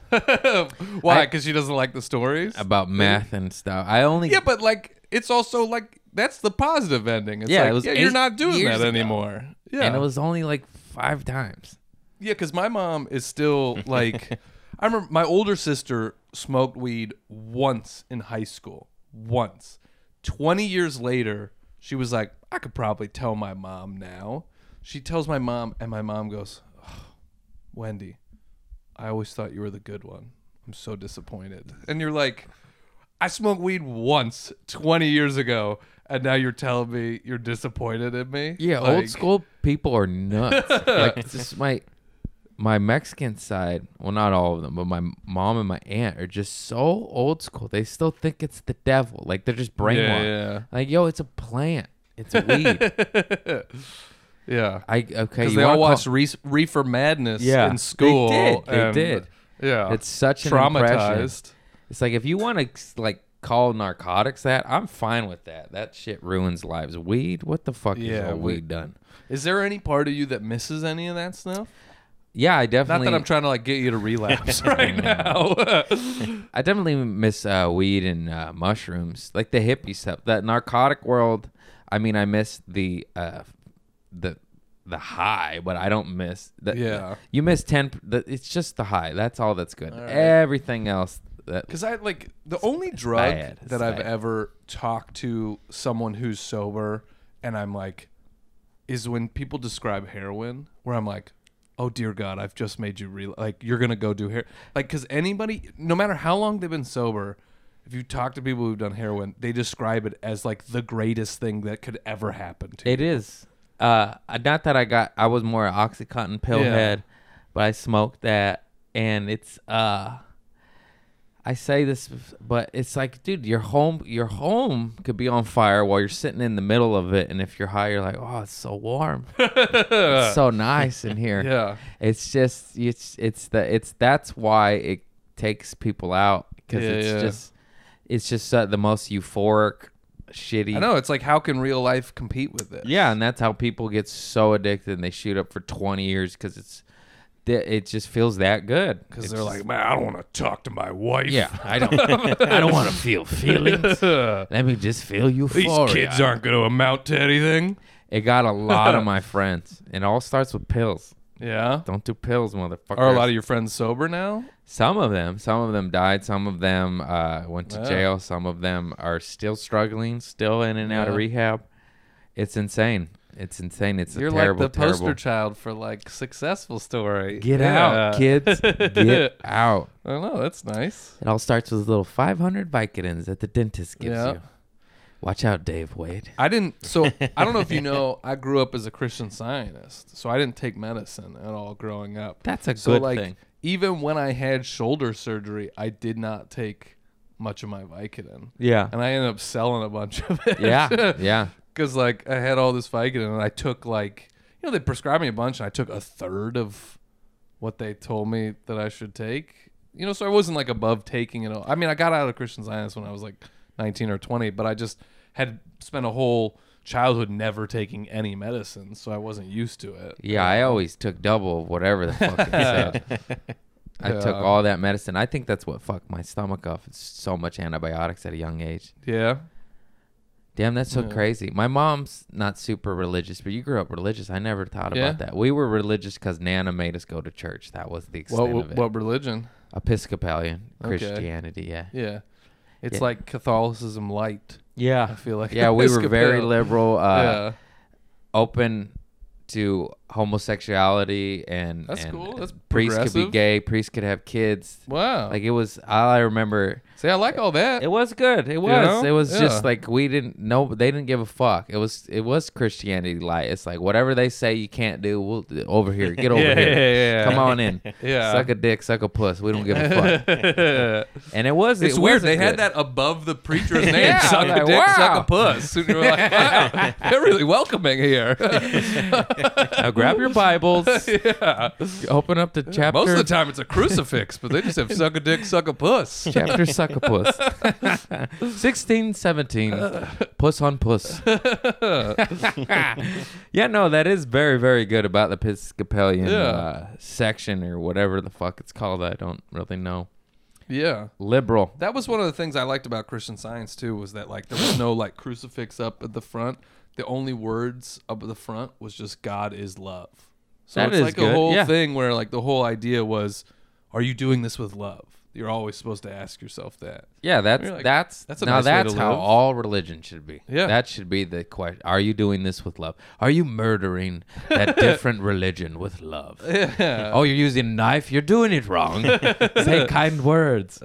H: Why? Because she doesn't like the stories
D: About math and stuff. I only
H: Yeah, but like it's also like that's the positive ending. It's
D: Yeah,
H: like,
D: it was
H: yeah, you're
D: eight
H: not doing
D: years
H: that
D: ago.
H: anymore. Yeah,
D: And it was only like five times.
H: Yeah, because my mom is still like, I remember my older sister smoked weed once in high school. Once. 20 years later, she was like, I could probably tell my mom now. She tells my mom, and my mom goes, "Ugh, Wendy, I always thought you were the good one. I'm so disappointed. And you're like, I smoked weed once 20 years ago, and now you're telling me you're disappointed in me?
D: Yeah,
H: Like-
D: old school people are nuts. like it's just my my Mexican side, well not all of them, but my mom and my aunt are just so old school. They still think it's the devil. Like they're just brainwashed.
H: yeah.
D: Like yo, it's a plant. It's weed.
H: Yeah.
D: I okay.
H: Because
D: you
H: they all
D: wanna call-
H: watched Re- Reefer Madness
D: yeah.
H: in school.
D: They did. They
H: and-
D: did.
H: Yeah.
D: It's such an
H: traumatized.
D: traumatized. It's like if you want to like call narcotics that, I'm fine with that. That shit ruins lives. Weed, what the fuck is
H: Yeah,
D: all
H: we-
D: weed done?
H: Is there any part of you that misses any of that stuff?
D: Yeah, I definitely.
H: Not that I'm trying to like get you to relapse right now.
D: I definitely miss uh, weed and uh, mushrooms, like the hippie stuff. That narcotic world. I mean, I miss the uh, the the high, but I don't miss that.
H: Yeah.
D: you miss ten. The, it's just the high. That's all that's good.
H: All right.
D: Everything else. That
H: Because I like the only drug
D: bad. It's
H: that I've
D: bad.
H: ever talked to someone who's sober, and I'm like, is when people describe heroin, where I'm like, oh dear God, I've just made you real. Like you're gonna go do hair. Like because anybody, no matter how long they've been sober. If you talk to people who've done heroin, they describe it as like the greatest thing that could ever happen to
D: It is. Uh, not that I got. I was more OxyContin pill
H: Yeah.
D: head, but I smoked that, and it's. uh I say this, but it's like, dude, your home, your home could be on fire while you're sitting in the middle of it, and if you're high, you're like, oh, it's so warm, it's so nice in here.
H: Yeah.
D: it's just, it's, it's the, it's that's why it takes people out because
H: Yeah,
D: it's
H: yeah.
D: just, it's just uh, the most euphoric, shitty.
H: I know it's like how can real life compete with it?
D: Yeah, and that's how people get so addicted and they shoot up for 20 years because it's th- it just feels that good.
H: Because they're like, man, I don't want to talk to my wife.
D: Yeah, I don't. I don't want to feel feelings. Let me just feel euphoria.
H: These kids aren't going to amount to anything.
D: It got a lot of my friends. It all starts with pills.
H: Yeah.
D: Don't do pills, motherfucker.
H: Are a lot of your friends sober now?
D: Some of them, some of them died. Some of them uh, went to
H: Wow.
D: jail. Some of them are still struggling, still in and out of
H: Yeah.
D: rehab. It's insane. It's insane. It's
H: You're
D: a terrible,
H: like the poster
D: terrible.
H: child for like successful story.
D: Get out,
H: Yeah.
D: kids. Get out.
H: I don't know. That's nice.
D: It all starts with little 500 Vicodins that the dentist gives
H: Yeah.
D: you. Watch out, Dave Wade.
H: I didn't. So I don't know if you know. I grew up as a Christian Scientist, so I didn't take medicine at all growing up.
D: That's a
H: so
D: good
H: like,
D: thing.
H: Even when I had shoulder surgery, I did not take much of my Vicodin.
D: Yeah.
H: and I ended up selling a bunch of it.
D: Yeah, yeah.
H: Because like I had all this Vicodin, and I took like you know they prescribed me a bunch, and I took a third of what they told me that I should take. You know, so I wasn't like above taking it all. I mean, I got out of Christian Zionist when I was like 19 or 20, but I just had spent a whole childhood never taking any medicine, so I wasn't used to it.
D: Yeah, I always took double of whatever the fuck it said. I
H: Yeah.
D: took all that medicine. I think that's what fucked my stomach up. It's so much antibiotics at a young age.
H: Yeah.
D: Damn, that's so
H: Yeah.
D: crazy. My mom's not super religious, but you grew up religious. I never thought
H: Yeah.
D: about that. We were religious because Nana made us go to church. That was the extent
H: What
D: of
H: what,
D: it.
H: what religion?
D: Episcopalian
H: Okay.
D: Christianity, yeah.
H: Yeah. It's
D: Yeah.
H: like Catholicism light.
D: Yeah,
H: I feel like
D: yeah, we were very
H: Episcopal.
D: liberal, uh,
H: yeah.
D: open to homosexuality, and
H: That's
D: and
H: cool. That's
D: priests could be
H: progressive.
D: gay, priests could have kids.
H: Wow.
D: like it was. All I remember.
H: See, I like all that.
D: It was good. It
H: You
D: was.
H: know?
D: It was
H: Yeah.
D: just like we didn't know. They didn't give a fuck. It was. It was Christianity light. It's like whatever they say you can't do. We'll do- over here. Get over
H: Yeah,
D: here.
H: yeah, yeah, yeah.
D: Come on in.
H: Yeah.
D: Suck a dick. Suck a puss. We don't give a fuck. and it was.
H: It's
D: it
H: weird.
D: wasn't
H: They had
D: good.
H: that above the preacher's name.
D: Yeah,
H: suck
D: like,
H: a dick, suck
D: wow.
H: a puss. And you're like, wow, they're really welcoming here. now
D: grab your Bibles.
H: yeah.
D: Open up the chapter.
H: Most of the time it's a crucifix, but they just have suck a dick, suck a puss.
D: Chapter Suckapus. 1617. Puss on Puss. yeah, no, that is very, very good about the Episcopalian
H: Yeah.
D: uh, section or whatever the fuck it's called. I don't really know.
H: Yeah.
D: Liberal.
H: That was one of the things I liked about Christian Science too was that like there was no like crucifix up at the front. The only words up at the front was just God is love. So
D: That
H: it's
D: is
H: like a
D: good,
H: whole
D: yeah.
H: thing where like the whole idea was are you doing this with love? You're always supposed to ask yourself that.
D: Yeah, that's
H: You're like,
D: that's,
H: a
D: now
H: nice way
D: that's
H: to
D: how
H: live."
D: all religion should be.
H: Yeah.
D: that should be the question. Are you doing this with love? Are you murdering that different religion with love?
H: Yeah.
D: Oh, you're using a knife. You're doing it wrong. Say kind words.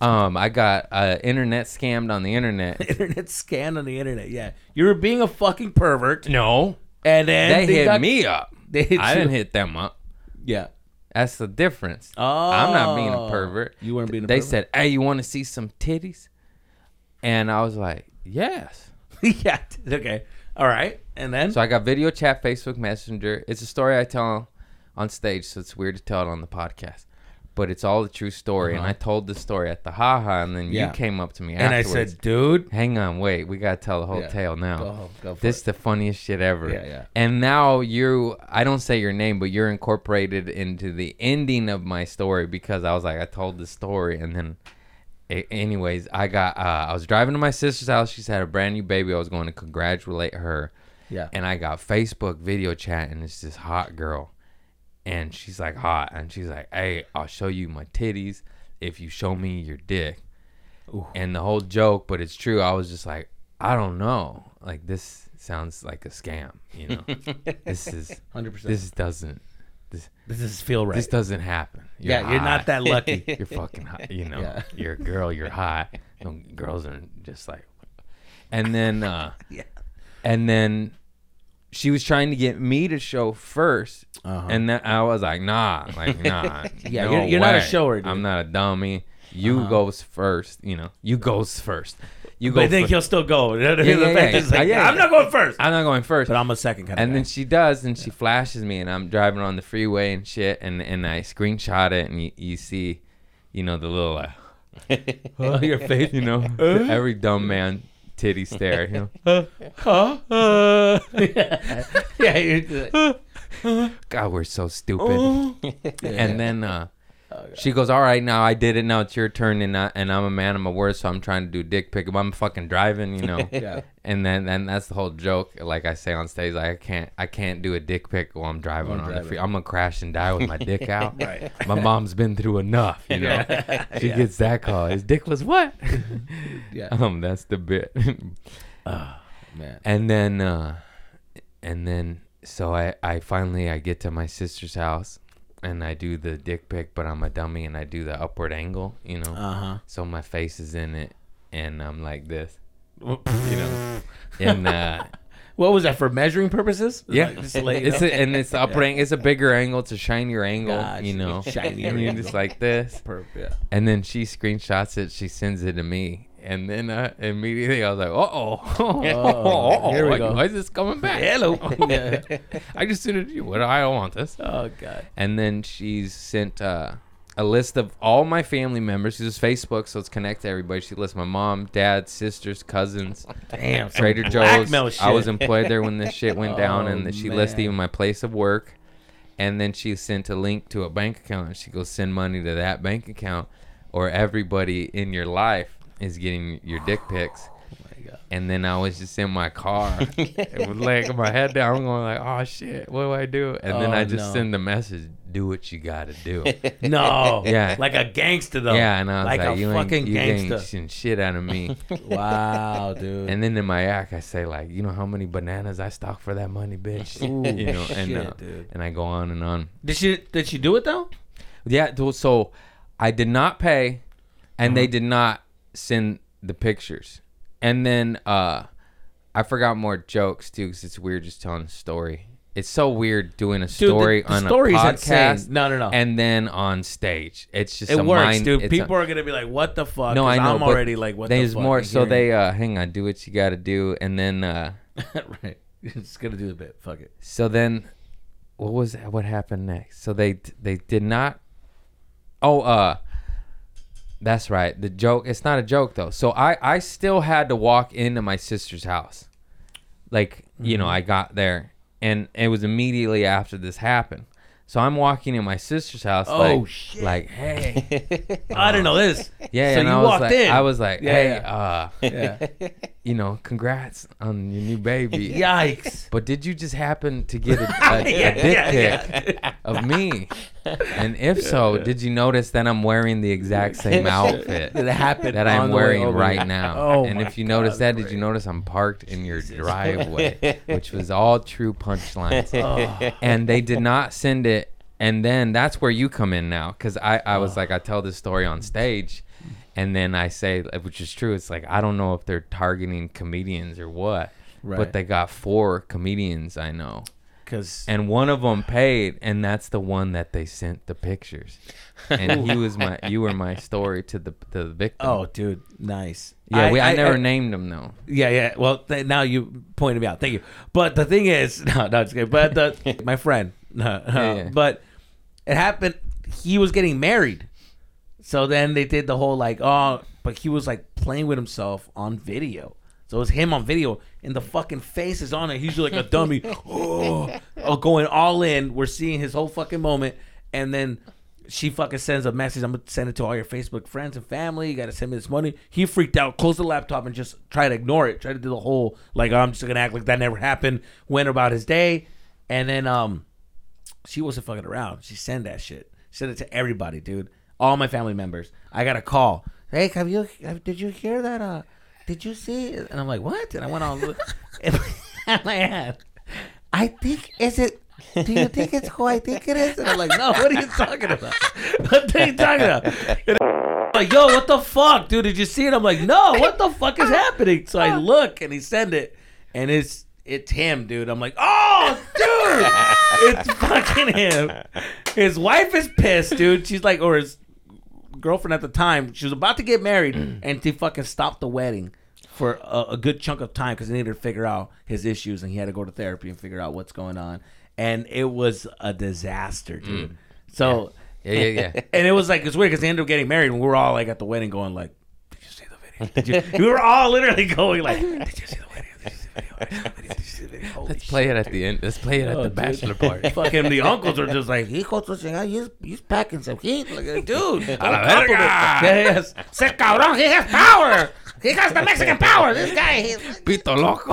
D: um, I got uh, internet scammed on the internet.
O: internet scan on the internet. Yeah, you were being a fucking pervert.
D: No,
O: and then
D: they, hit
O: got-
D: me up.
O: They hit
D: I
O: you.
D: didn't hit them up.
O: Yeah.
D: That's the difference. Oh, I'm not being a
O: Oh.
D: pervert.
O: You weren't being a
D: They
O: pervert?
D: said, "Hey, you want to see some titties?" And I was like, "Yes."
O: yeah. Okay. All right. And then
D: So I got video chat, Facebook Messenger. It's a story I tell on stage, so it's weird to tell it on the podcast. But it's all the true story, and
O: Uh-huh.
D: I told the story at the haha, and then
O: Yeah.
D: you came up to me
O: And I
D: afterwards.
O: said, "Dude."
D: hang on, wait, we gotta tell the whole
O: Yeah.
D: tale now."
O: Go- go for
D: this is the funniest shit ever.
O: Yeah, yeah.
D: And now you—I don't say your name, but you're incorporated into the ending of my story because I was like, I told the story, and then, a- anyways, I got—I was driving to my sister's house. She's had a brand new baby. I was going to congratulate her.
O: Yeah.
D: And I got Facebook video chat, and it's this hot girl, and she's like hot, and she's like, "Hey, I'll show you my titties if you show me your dick." And the whole joke, but it's true. I was just like, I don't know. Like this sounds like a scam. You know, this is
O: 100%.
D: This doesn't. This,
O: This does feel right.
D: This doesn't happen.
O: Yeah, you're not
D: hot.
O: that lucky.
D: you're fucking hot. You know,
O: Yeah.
D: you're a girl. You're hot. No, girls are just like. And then, uh,
O: Yeah.
D: and then she was trying to get me to show 1st
O: Uh-huh.
D: and then I was like, nah, like nah,
O: Yeah,
D: no
O: you're- you're not a
D: way.
O: shower, dude.
D: I'm not a dummy. You
O: Uh-huh.
D: goes first. You know, you goes first. You
O: But
D: go.
O: I think
D: fir-
O: he'll still go.
D: Yeah,
O: The
D: yeah,
O: fact
D: yeah.
O: is, like,
D: Uh, yeah,
O: I'm
D: yeah.
O: not going first.
D: I'm not going first.
O: But I'm a second kind of
D: And then she does, and she flashes me, and I'm driving on the freeway and shit, and and I screenshot it, and you, you see, you know, the little. Uh,
O: Your face.
D: you know,
O: Uh.
D: every dumb man titty stare. You know?
O: Huh? Huh? Uh. yeah, yeah, you're
D: God, we're so stupid.
O: Oh.
D: And then uh, she goes, "All right, now I did it. Now it's your turn." And I, and I'm a man of my word, so I'm trying to do dick pic. But I'm fucking driving, you know.
O: Yeah.
D: And then then that's the whole joke. Like I say on stage, like I can't I can't do a dick pic while I'm driving
O: While
D: on the
O: driving.
D: free. I'm gonna crash and die with my dick out.
O: Right.
D: My mom's been through enough, you know.
O: Yeah.
D: She
O: Yeah.
D: gets that call. His dick was what?
O: Yeah.
D: Um, that's the bit.
O: man.
D: And then uh and then so I I finally I get to my sister's house and I do the dick pic but I'm a dummy and I do the upward angle, you know.
O: Uh-huh.
D: So my face is in it and I'm like this. You know. And uh
O: What was that for measuring purposes?
D: yeah,
O: Like, just lay it
D: it's
O: up?
D: a, and it's the upper
O: Yeah.
D: angle. It's a bigger angle. It's a shinier angle.
O: Gotcha.
D: You know,
O: Shinier
D: And you're
O: angle.
D: just like this.
O: Perp, yeah.
D: And then she screenshots it. She sends it to me, and then uh, immediately I was like, "Uh oh,
O: Oh, here we
D: why,
O: go.
D: why is this coming back?
O: Hello. Yeah.
D: I just sent it to you. What I don't want this.
O: Oh god.
D: And then she's sent uh, a list of all my family members. This is Facebook, so it's connected to everybody. She lists my mom, dad, sisters, cousins.
O: Damn, some
D: Trader Joe's.
O: blackmail
D: I was
O: shit.
D: employed there when this shit went down,
O: Oh,
D: and that she
O: man.
D: listed even my place of work. And then she sent a link to a bank account, and she goes, "Send money to that bank account, or everybody in your life is getting your dick
O: Oh
D: pics." And then I was just in my car, with like my head down, going like, "Oh shit, what do I do?" And then
O: Oh,
D: I just
O: no.
D: send the message, "Do what you gotta do."
O: No.
D: yeah,
O: Like a gangster though.
D: Yeah, and I was like,
O: Like a
D: "You
O: fucking
D: ain't, you ain't
O: gangster."
D: shitting shit out of me."
O: Wow, dude.
D: And then in my act, I say like, "You know how many bananas I stock for that money, bitch?"
O: Ooh,
D: you know, and
O: shit,
D: uh,
O: dude.
D: and I go on and on.
O: Did she did she do it though?
D: Yeah, th- so I did not pay, and they
O: Uh-huh.
D: did not send the pictures. And then uh, I forgot more jokes too, because it's weird just telling a story. It's so weird doing a
O: Dude, the-
D: story
O: the
D: on a
O: story's insane.
D: podcast.
O: No, no, no.
D: And then on stage, it's just
O: it
D: a
O: works,
D: mind-
O: dude.
D: it's a-
O: People are gonna be like, "What the fuck?"
D: no,
O: 'Cause
D: I know.
O: I'm
D: but
O: already like, "What
D: There's
O: the fuck?"
D: more.
O: and
D: So
O: hearing-
D: they uh, hang on, do what you got to do, and then. Uh,
O: right. It's gonna do the bit. Fuck it.
D: So then, what was what happened next? So they they did not. Oh, uh, that's right. The joke. It's not a joke though. So I I still had to walk into my sister's house, like you
O: Mm-hmm.
D: know I got there, and it was immediately after this happened. So I'm walking in my sister's house.
O: Oh,
D: like,
O: shit.
D: Like hey,
O: I didn't know this.
D: Yeah,
O: So
D: and
O: you
D: I was
O: walked
D: like,
O: in.
D: I was like,
O: Yeah,
D: hey,
O: yeah.
D: uh, you know, congrats on your new baby.
O: Yikes.
D: But did you just happen to get a, a, a
O: Yeah,
D: dick
O: yeah,
D: pic
O: yeah.
D: of me? And if so, did you notice that I'm wearing the exact same outfit
O: That happened
D: that
O: on
D: I'm
O: the way
D: wearing
O: over
D: right
O: here.
D: now?
O: Oh
D: and
O: my
D: if you notice that, did you notice I'm parked in your driveway, which was all true punchlines?
O: Oh.
D: And they did not send it. And then that's where you come in now, because I, I
O: Oh.
D: was like, I tell this story on stage, and then I say, which is true, it's like, I don't know if they're targeting comedians or what, but
O: Right.
D: they got four comedians I know.
O: 'Cause-
D: and one of them paid, and that's the one that they sent the pictures, and he was my you were my story to the to the victim.
O: Oh, dude, nice.
D: Yeah, we, I, never named him though.
O: Yeah, yeah. Well, th- now you pointed me out. Thank you. But the thing is, no, no, it's good. But the, my friend, no,
D: Yeah,
O: no,
D: yeah.
O: but it happened. He was getting married, so then they did the whole like, oh, but he was like playing with himself on video. So it was him on video, and the fucking face is on it. He's like a dummy, oh, oh, going all in. We're seeing his whole fucking moment, and then she fucking sends a message. I'm gonna send it to all your Facebook friends and family. You gotta send me this money. He freaked out, closed the laptop, and just tried to ignore it. Tried to do the whole like "Oh, I'm just gonna act like that never happened. Went about his day, and then um, she wasn't fucking around. She sent that shit. Sent it to everybody, dude. All my family members. I got a call. Hey, have you? Have, did you hear that? Uh, did you see? it?" And I'm like, what? And I went on. and I had. I think is it. Do you think it's who I think it is? And I'm like, no. What are you talking about? What are you talking about? And I'm like, yo, what the fuck, dude? Did you see it? I'm like, no. What the fuck is happening? So I look, and he sent it, and it's it's him, dude. I'm like, oh, dude, it's fucking him. His wife is pissed, dude. She's like, or his girlfriend at the time, she was about to get married,
D: Mm.
O: and he fucking stopped the wedding for a, a good chunk of time because he needed to figure out his issues, and he had to go to therapy and figure out what's going on. And it was a disaster, dude.
D: Mm.
O: So
D: Yeah. Yeah, yeah, yeah.
O: and it was like it's weird because they ended up getting married, and we were all like at the wedding going like, video? Did you-" we were all literally going like, "Did you see the video? Did you see the video? Did you see the video? Did you see the video? Holy
D: Let's play it at the end. Let's play it at
O: Oh,
D: the
O: dude.
D: bachelor party.
O: Fucking the uncles are just like,
E: Hijo de su chingada, he's, he's packing some heat. Look at
O: dude.
E: dude.
O: A la verga. Yes. Se cabrón, he has power. He has the Mexican power. This guy, he's
D: Pito loco.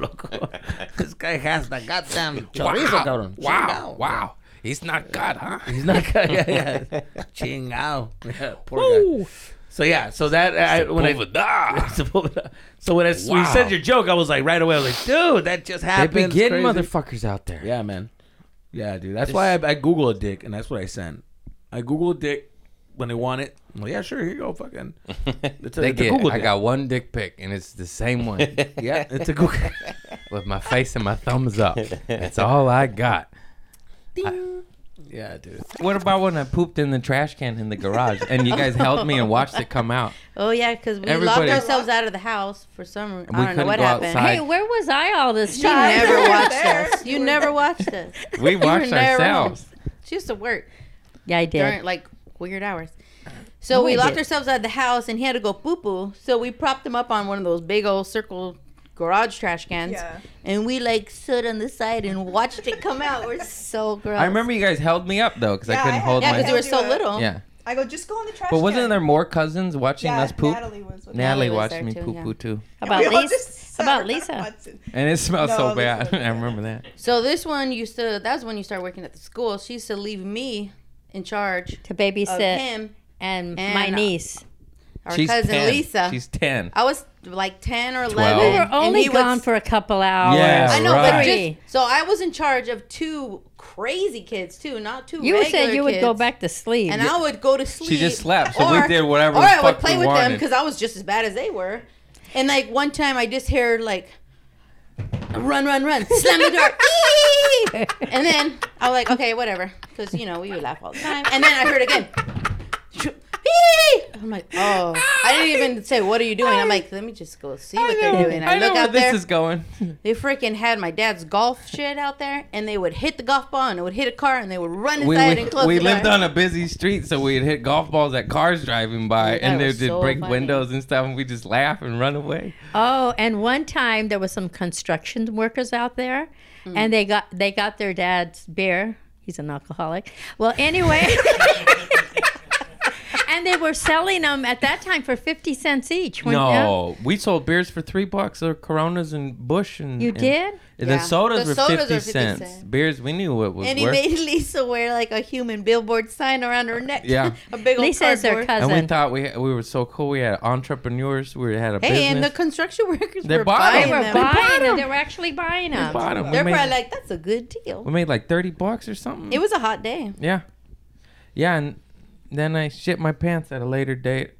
O: loco.
E: This guy has the goddamn
O: Wow.
E: chorizo, cabrón.
O: Wow.
D: Wow. He's not God, huh?
O: He's not good. Yeah, yeah. Chingao. Yeah, poor
D: Woo.
O: guy. So yeah, so that I, when
D: Ah.
O: I Sepulveda. so when I when
D: Wow.
O: you said your joke, I was like right away. I was like, dude, that just happened.
D: They be getting
O: It's crazy.
D: motherfuckers out there.
O: Yeah, man. Yeah, dude. That's why I, I Google a dick, and that's what I send. I Google a dick when I want it. I'm like, yeah, sure, here you go, fucking. It's a,
D: they
O: it's a
D: get,
O: Google
D: I
O: dick.
D: got one dick pic, and it's the same one.
O: yeah, it's a Google.
D: With my face and my thumbs up. That's all I got.
O: yeah, dude.
D: What about when I pooped in the trash can in the garage and you guys held me and watched it come out?
F: Oh yeah, because we
D: Everybody-
F: locked ourselves out of the house for some. reason.
D: And
F: I
D: we
F: don't know
D: couldn't
F: what
D: go
F: happened.
D: outside. Hey,
F: where was I all this
M: time?
F: You never
M: You were
F: watched
M: there.
F: us. You never watched us.
D: We
F: You
D: watched
F: never
D: ourselves.
F: watched- She used to work.
B: Yeah, I did.
F: During like weird hours. So
B: No, I
F: we locked
B: did.
F: ourselves out of the house, and he had to go poo poo. So we propped him up on one of those big old circle garage trash cans, and we like stood on the side and watched it come out. We're so gross.
D: I remember you guys held me up though because I
F: Yeah,
D: couldn't
F: I
D: hold
F: yeah,
D: my.
F: because you were so little.
D: Yeah.
Q: I go, just go in the trash.
D: But wasn't
Q: can.
D: there more cousins watching
Q: Yeah,
D: us poop?
Q: Natalie was with- Natalie
D: Natalie
Q: was
D: watched
Q: there
D: me
Q: too,
D: poo poo too.
F: About
Q: We all
F: Lisa. About Lisa.
D: And it smelled
F: No,
D: so
F: this
D: bad. I remember that.
F: So this one used to. That was when you started working at the school. She used to leave me in charge
B: to
F: of
B: babysit
F: him
B: and my
F: uh,
B: niece.
F: our cousin
D: 10.
F: Lisa.
D: She's 10.
F: I was like ten or eleven.
D: Twelve. We were
F: and
B: only
F: he was-
B: gone for a couple hours.
D: Yeah,
F: I know, but
D: right.
F: just so I was in charge of two crazy kids too, not two.
B: You
F: regular
B: said you would go
F: kids.
B: back to sleep.
F: and I would go to sleep.
D: She just slept, so we did whatever
F: Or
D: the
F: I would
D: fuck
F: play
D: we
F: with them
D: wanted.
F: because I was just as bad as they were. And like one time, I just heard like, run, run, run, slam the door, "Ee!" and then I was like, okay, whatever, because you know we would laugh all the time. And then I heard again. "Ee!" I'm like, oh, I didn't even say, what are you doing? I'm like, let me just go see what they're doing. I,
D: know
F: look
D: where
F: out there.
D: this is going.
F: They freaking had my dad's golf shit out there, and they would hit the golf ball, and it would hit a car, and they would run
D: We,
F: inside
D: we,
F: and close
D: we
F: the
D: lived
F: door.
D: on a busy street, so we'd hit golf balls at cars driving by,
B: Dude, that
D: and they'd
B: was so
D: break
B: funny.
D: windows and stuff, and we just laugh and run away.
B: Oh, and one time there was some construction workers out there,
F: Mm.
B: and they got they got their dad's beer. He's an alcoholic. Well, anyway, and they were selling them at that time for fifty cents each. weren't they?
D: No, we sold beers for three bucks, or Coronas and Bush, and
B: You
D: and-
B: did?
D: The
F: Yeah.
D: sodas
F: The
D: were
F: sodas
D: fifty,
F: were 50
D: cents.
F: cents.
D: Beers, we knew what was
F: and he
D: worth.
F: made Lisa wear like a human billboard sign around her neck.
D: Yeah.
F: a big old
B: Lisa is her
F: cardboard.
D: and we thought we we were so cool. We had entrepreneurs. We had a
F: Hey,
D: business.
F: and the construction workers
D: They
F: were
D: bought
F: buying
D: 'em. They were
F: them.
D: buying
B: Buying them. They were actually buying them.
D: bought 'em. We
F: They're
D: made-
F: probably like, that's a good deal.
D: we made like thirty bucks or something.
F: It was a hot day.
D: Yeah. Yeah, and then I shit my pants at a later date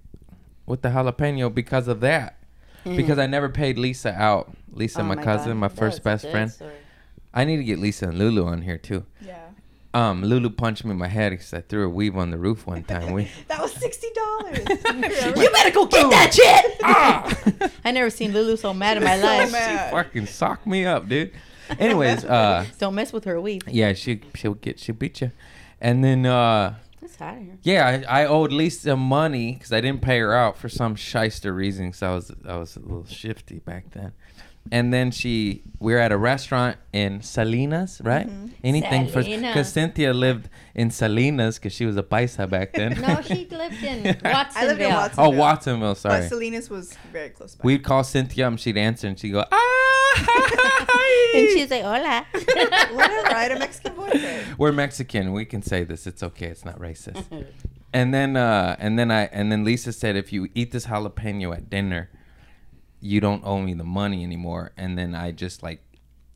D: with the jalapeno because of that. Because I never paid Lisa out. Lisa,
B: Mm. Oh
D: my,
B: my
D: cousin,
B: God.
D: my
B: That is
D: first
B: a
D: best
B: good
D: friend.
B: story.
D: I need to get Lisa and Lulu on here too.
Q: Yeah.
D: Um, Lulu punched me in my head because I threw a weave on the roof one time. We
Q: That was sixty dollars.
F: You better go get that shit.
B: Ah!
F: I never seen Lulu so mad in my
D: She
F: life.
D: fucking socked me up, dude. Anyways, uh,
F: Don't mess with her weave.
D: yeah, she she'll get she'll beat you, and then uh,
F: It's hot in here.
D: Yeah, I, I owed Lisa money because I didn't pay her out for some shyster reason. Because I was I was a little shifty back then. And then she, we were at a restaurant in Salinas, right?
B: Mhm.
D: Anything for
B: Salinas.
D: because Cynthia lived in Salinas because she was a paisa back then.
B: No, she lived in
Q: I lived in
B: Watsonville.
Q: Watsonville.
D: oh, Watsonville,
Q: But
D: sorry.
Q: Salinas was very close by.
D: We'd call Cynthia and she'd answer and she'd go, ah,
F: and she's like, hola.
Q: Whatever, I had a Mexican boyfriend.
D: "We're Mexican. We can say this. It's okay. It's not racist." and then, uh, and then I, and then Lisa said, "If you eat this jalapeno at dinner, you don't owe me the money anymore." And then I just like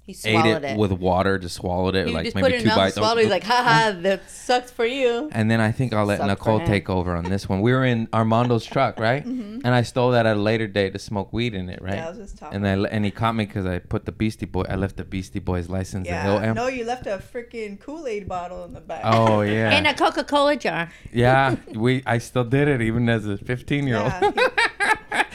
F: He
D: ate
F: swallowed
D: it,
F: it.
D: with water, just swallowed it,
F: You
D: like
F: just put
D: maybe
F: it in
D: two
F: your mouth and
D: bites. Mm-hmm.
F: swallow. He's like, haha, that sucks for you.
D: And then I think I'll let
F: Sucked for Mm-hmm.
D: Nicole
F: him.
D: take over on this one. We were in Armando's truck, right?
Q: Mhm.
D: And I stole that at a later date to smoke weed in it, right?
Q: Yeah, I was just talking.
D: And I le- and he caught me because I put the Beastie Boy. I left the Beastie Boys license in
Q: Yeah.
D: Hill
Q: No, you left a freaking Kool Aid bottle in the back.
D: Oh yeah.
B: In a Coca Cola jar.
D: Yeah, we. I still did it even as a 15 year old.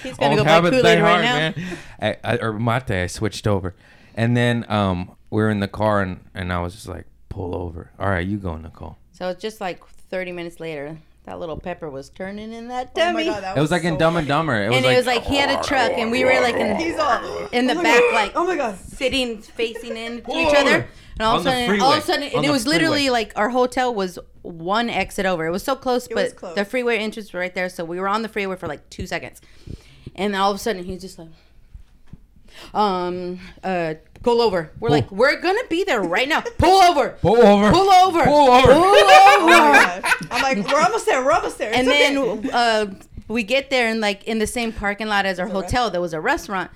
F: He's
D: Old
F: gonna go buy
D: habits
F: Kool
D: die
F: Aid right
D: hard,
F: now.
D: man. I, I, or mate, I switched over, and then um, we were in the car, and and I was just like, pull over. All right, you go, Nicole.
F: So it's just like 30 minutes later. That little pepper was turning in that
B: Oh my
F: tummy.
B: God, that
D: It was like in Dumb and Dumber. It was
F: and
D: like,
F: it was like he had a truck, and we were like in,
B: He's all,
F: in the
B: "Oh my
F: back,
B: God,
F: like
B: oh my god,
F: sitting facing in to
B: Whoa.
F: each other. And all
B: On
F: of
B: the
F: a sudden, all of a
B: freeway.
F: sudden,
B: On
F: and it
B: the
F: was literally
B: freeway.
F: like our hotel was one exit over. It was so close,
B: It was
F: but
B: close.
F: the freeway entrance was right there, so we were on the freeway for like two seconds, and all of a sudden he's just like, um, uh, pull over. We're like, we're gonna be there right now. Pull over.
D: Pull over.
F: Pull over.
D: Pull over.
F: Pull
B: Oh my
F: over
B: I'm like, we're almost there. We're almost there.
F: and
B: It's okay.
F: then uh, we get there and like in the same parking lot as our hotel, there was a restaurant.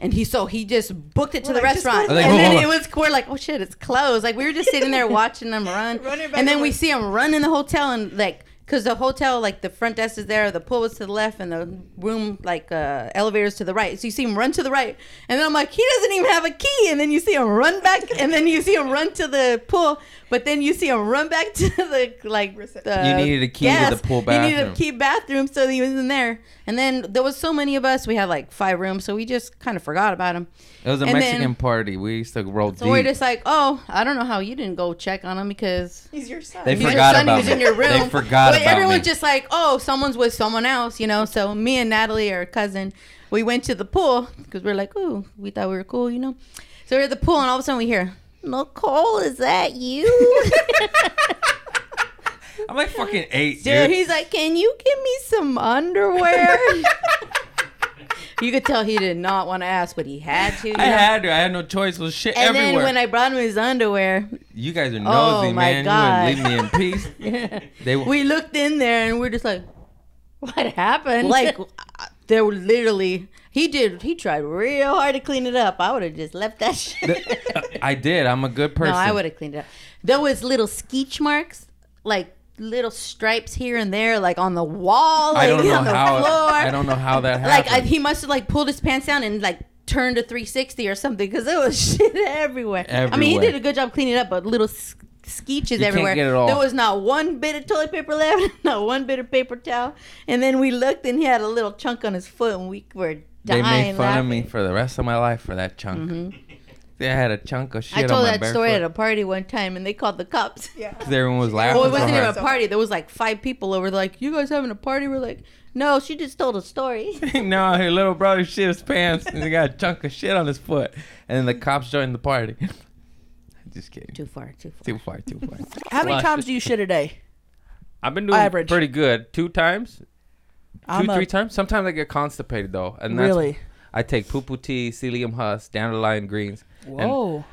F: And he so he just booked it to
B: We're
F: the
B: like, just
F: restaurant,
B: go to
F: and
B: the-
F: then it was we're like, oh shit, it's closed. Like we were just sitting there watching them run,
B: Running back
F: and then
B: and
F: we
B: forth.
F: see him run in the hotel and like because the hotel like the front desk is there, the pool is to the left, and the room like uh, elevators to the right. So you see him run to the right, and then I'm like, he doesn't even have a key. And then you see him run back, and then you see him run to the pool, but then you see him run back to the like the
D: You needed a key to
F: gas.
D: the pool
F: You needed
D: bathroom.
F: a key bathroom, so he was in there. And then there was so many of us, we had like five rooms, so we just kind of forgot about him.
D: it was a
F: And
D: Mexican
F: then-
D: party. We used to roll
F: so we're
D: deep.
F: just like, oh, I don't know how you didn't go check on him because
B: he's your son.
D: They
F: He's your
D: forgot
F: son, he
D: about
F: was
D: me.
F: in your
D: They
F: room.
D: forgot
F: But
D: about
F: everyone's
D: me.
F: just like, oh, someone's with someone else, you know. So me and Natalie, our cousin, we went to the pool because we're like, ooh, we thought we were cool, you know. So we're at the pool, and all of a sudden we hear, Nicole, is that you?
D: I'm like fucking eight,
F: Dude, he's like, "Can you give me some underwear?" you could tell he did not want to ask, but he had to. you
D: I
F: know?
D: had to. I had no choice. It was shit
F: And
D: everywhere.
F: then when I brought him his underwear,
D: you guys are
F: Oh,
D: nosy,
F: my
D: man.
F: God.
D: You wouldn't leave me in peace. They w-
F: we looked in there and we're just like,
A: What happened?
F: like there were literally he did he tried real hard to clean it up. I would have just left that shit.
D: I did. I'm a good uh, person.
F: No, I would have cleaned it up. There was little skeech marks, like little stripes here and there, like on the wall,
D: I
F: like
D: don't know
F: on the
D: how.
F: floor.
D: I don't know how that happened.
F: like I, he must have like pulled his pants down and like turned to 360 or something because there was shit everywhere. I mean, he
D: Everywhere.
F: did a good job cleaning up, but little s- skeeches
D: can't
F: everywhere.
D: get it all.
F: There was not one bit of toilet paper left, not one bit of paper towel. And then we looked, and he had a little chunk on his foot, and we were
D: they
F: dying.
D: made fun
F: laughing.
D: of me for the rest of my life for that chunk. They had a chunk of shit
F: Mm-hmm. I told
D: on my
F: that
D: bare
F: story
D: foot
F: at a party one time, and they called the cops. Yeah.
D: 'cause everyone was laughing.
F: Well, it wasn't
D: so
F: even a
D: hard.
F: party. There was like five people over. They're like, "You guys having a party?" We're like, "No, she just told a story."
D: no, her little brother shit his pants and he got a chunk of shit on his foot. And then the cops joined the party. Just kidding.
F: Too far, too far.
D: Too far, too far.
C: How many
D: Well,
C: times do you shit a day?
D: I've been doing
C: Average.
D: pretty good. Two times? 2
C: I'm a-
D: three times? Sometimes I get constipated though. And that's
C: Really?
D: I take poo poo tea, psyllium husk, dandelion greens. and
C: Whoa.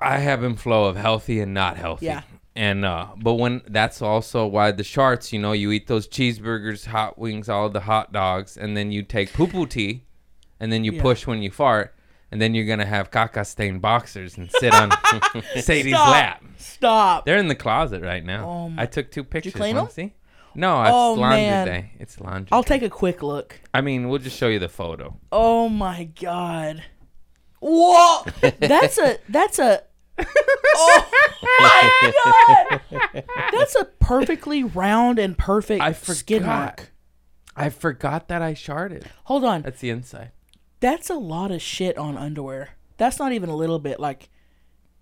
D: I have in flow of healthy and not healthy.
C: Yeah.
D: And uh but when that's also why the sharts, you know, you eat those cheeseburgers, hot wings, all the hot dogs, and then you take poo poo tea and then you
C: Yeah.
D: push when you fart, and then you're gonna have caca stained boxers and sit on Sadie's
C: Stop.
D: lap.
C: Stop.
D: They're in the closet right now.
C: Oh my-
D: I took two pictures.
C: clean
D: Wanna
C: them?
D: See? No, it's
C: Oh,
D: laundry
C: man.
D: day. It's laundry.
C: I'll take a quick look.
D: I mean, we'll just show you the photo.
C: Oh my god. Whoa. That's a that's a Oh my god. That's a perfectly round and perfect
D: I
C: skid mark.
D: I forgot that I sharded.
C: Hold on.
D: That's the inside.
C: That's a lot of shit on underwear. That's not even a little bit like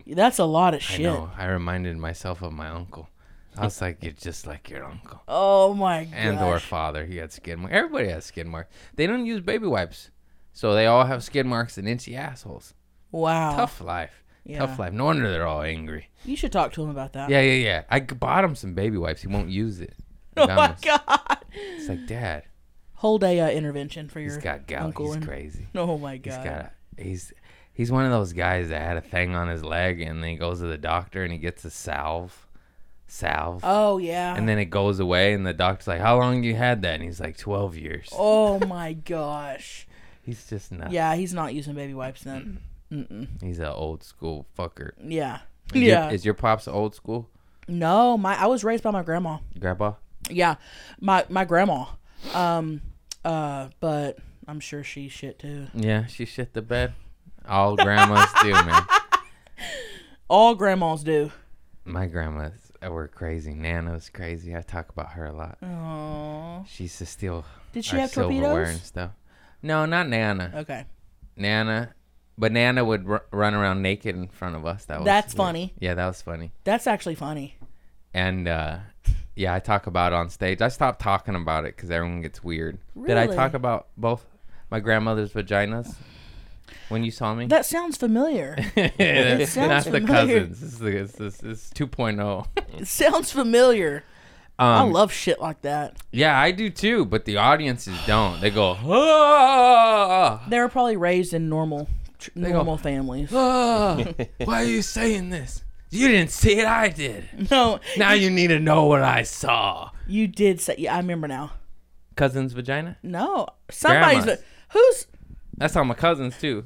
C: that's a lot of
D: I
C: shit.
D: know. I reminded myself of my uncle. I was like, you're just like your uncle.
C: Oh my god.
D: And or father, he had skin marks. Everybody has skin marks. They don't use baby wipes, so they all have skin marks and itchy assholes.
C: Wow.
D: Tough life.
C: Oh. Yeah.
D: Tough life. No wonder they're all angry.
C: You should talk to him about that.
D: Yeah, yeah, yeah. I g- bought him some baby wipes. He won't use it.
C: Oh
D: Like,
C: my
D: almost-
C: god.
D: It's like, Dad,
C: Whole day uh, intervention for your
D: he's got gout.
C: uncle.
D: He's
C: and-
D: crazy.
C: Oh my
D: He's
C: god.
D: got a, he's he's one of those guys that had a thing on his leg, and then he goes to the doctor and he gets a salve, salve.
C: Oh, yeah.
D: And then it goes away, and the doctor's like, "How long you had that?" And he's like, 12 years."
C: Oh my gosh.
D: He's just nuts.
C: Yeah, he's not using baby wipes then. Mm-mm.
D: He's an old school fucker.
C: Yeah.
D: Is your-
C: Yeah.
D: is your pops old school?
C: No, my I was raised by my grandma.
D: Grandpa?
C: Yeah, my my grandma. Um, uh, but I'm sure she shit too.
D: Yeah, she shit the bed. All grandmas do, man.
C: All grandmas do.
D: My grandmas were crazy. Nana was crazy. I talk about her a lot.
C: Aw.
D: She used to steal.
C: Did she
D: our
C: have
D: silverware
C: torpedoes?
D: and stuff? No, not Nana.
C: Okay.
D: Nana, but Nana would r- run around naked in front of us. That was
C: That's
D: weird.
C: funny.
D: Yeah, that was funny.
C: That's actually funny.
D: And uh, Yeah, I talk about it on stage. I stopped talking about it because everyone gets weird. Did I
C: Really?
D: talk about both my grandmother's vaginas when you saw me?
C: That sounds familiar. it
D: not
C: sounds
D: the
C: familiar.
D: cousins. This is, the- this is, this is oh. 2.0.
C: It sounds familiar. I
D: Um,
C: love shit like that.
D: Yeah, I do too, but the audiences don't. They go, "Ah."
C: They were probably raised in normal, tr-
D: They go,
C: normal families.
D: "Ah, why are you saying this? You didn't see it, I did.
C: No.
D: Now you need to know what I saw.
C: You did say. Yeah, I remember now.
D: Cousin's vagina?
C: No, somebody's.
D: Grandma's.
C: Who's?
D: That's on my cousins too.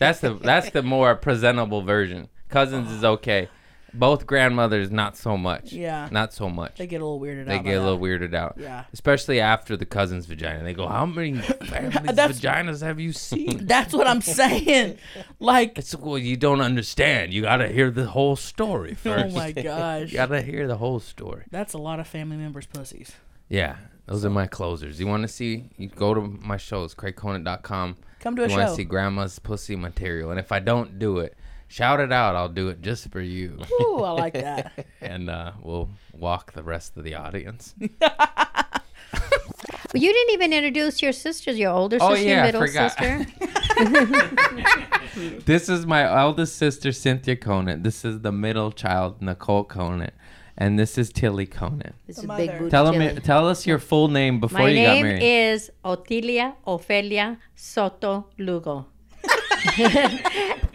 D: that's the that's the more presentable version. Cousins is okay. Both grandmothers not so much.
C: Yeah.
D: Not so much.
C: They get a little weirded
D: They
C: out. by
D: get a
C: that.
D: little weirded out.
C: Yeah.
D: Especially after the cousin's vagina. They go, How many families'
C: That's-
D: vaginas have you seen?
C: That's what I'm saying. Like
D: It's well, you don't understand. You gotta hear the whole story
C: Oh
D: first.
C: my gosh.
D: you gotta hear the whole story.
C: that's a lot of family members' pussies.
D: Yeah. Those are my closers. You want to see? You go to my shows, craigconant.com.
C: Come to a
D: you want
C: show.
D: to see grandma's pussy material. And if I don't do it, shout it out. I'll do it just for you.
C: Ooh, I like that.
D: and uh, we'll walk the rest of the audience.
B: You didn't even introduce your sisters, your older
D: Oh,
B: sister,
D: yeah, I
B: middle
D: forgot.
B: sister.
D: this is my eldest sister, Cynthia Conant. This is the middle child, Nicole Conant. And this is Tilly Conant.
B: This is Big Booty
D: Tell, 'em-
B: Tilly.
D: tell us your full name before
B: My
D: you got
B: name
D: married.
B: is Otilia Ofelia Soto Lugo.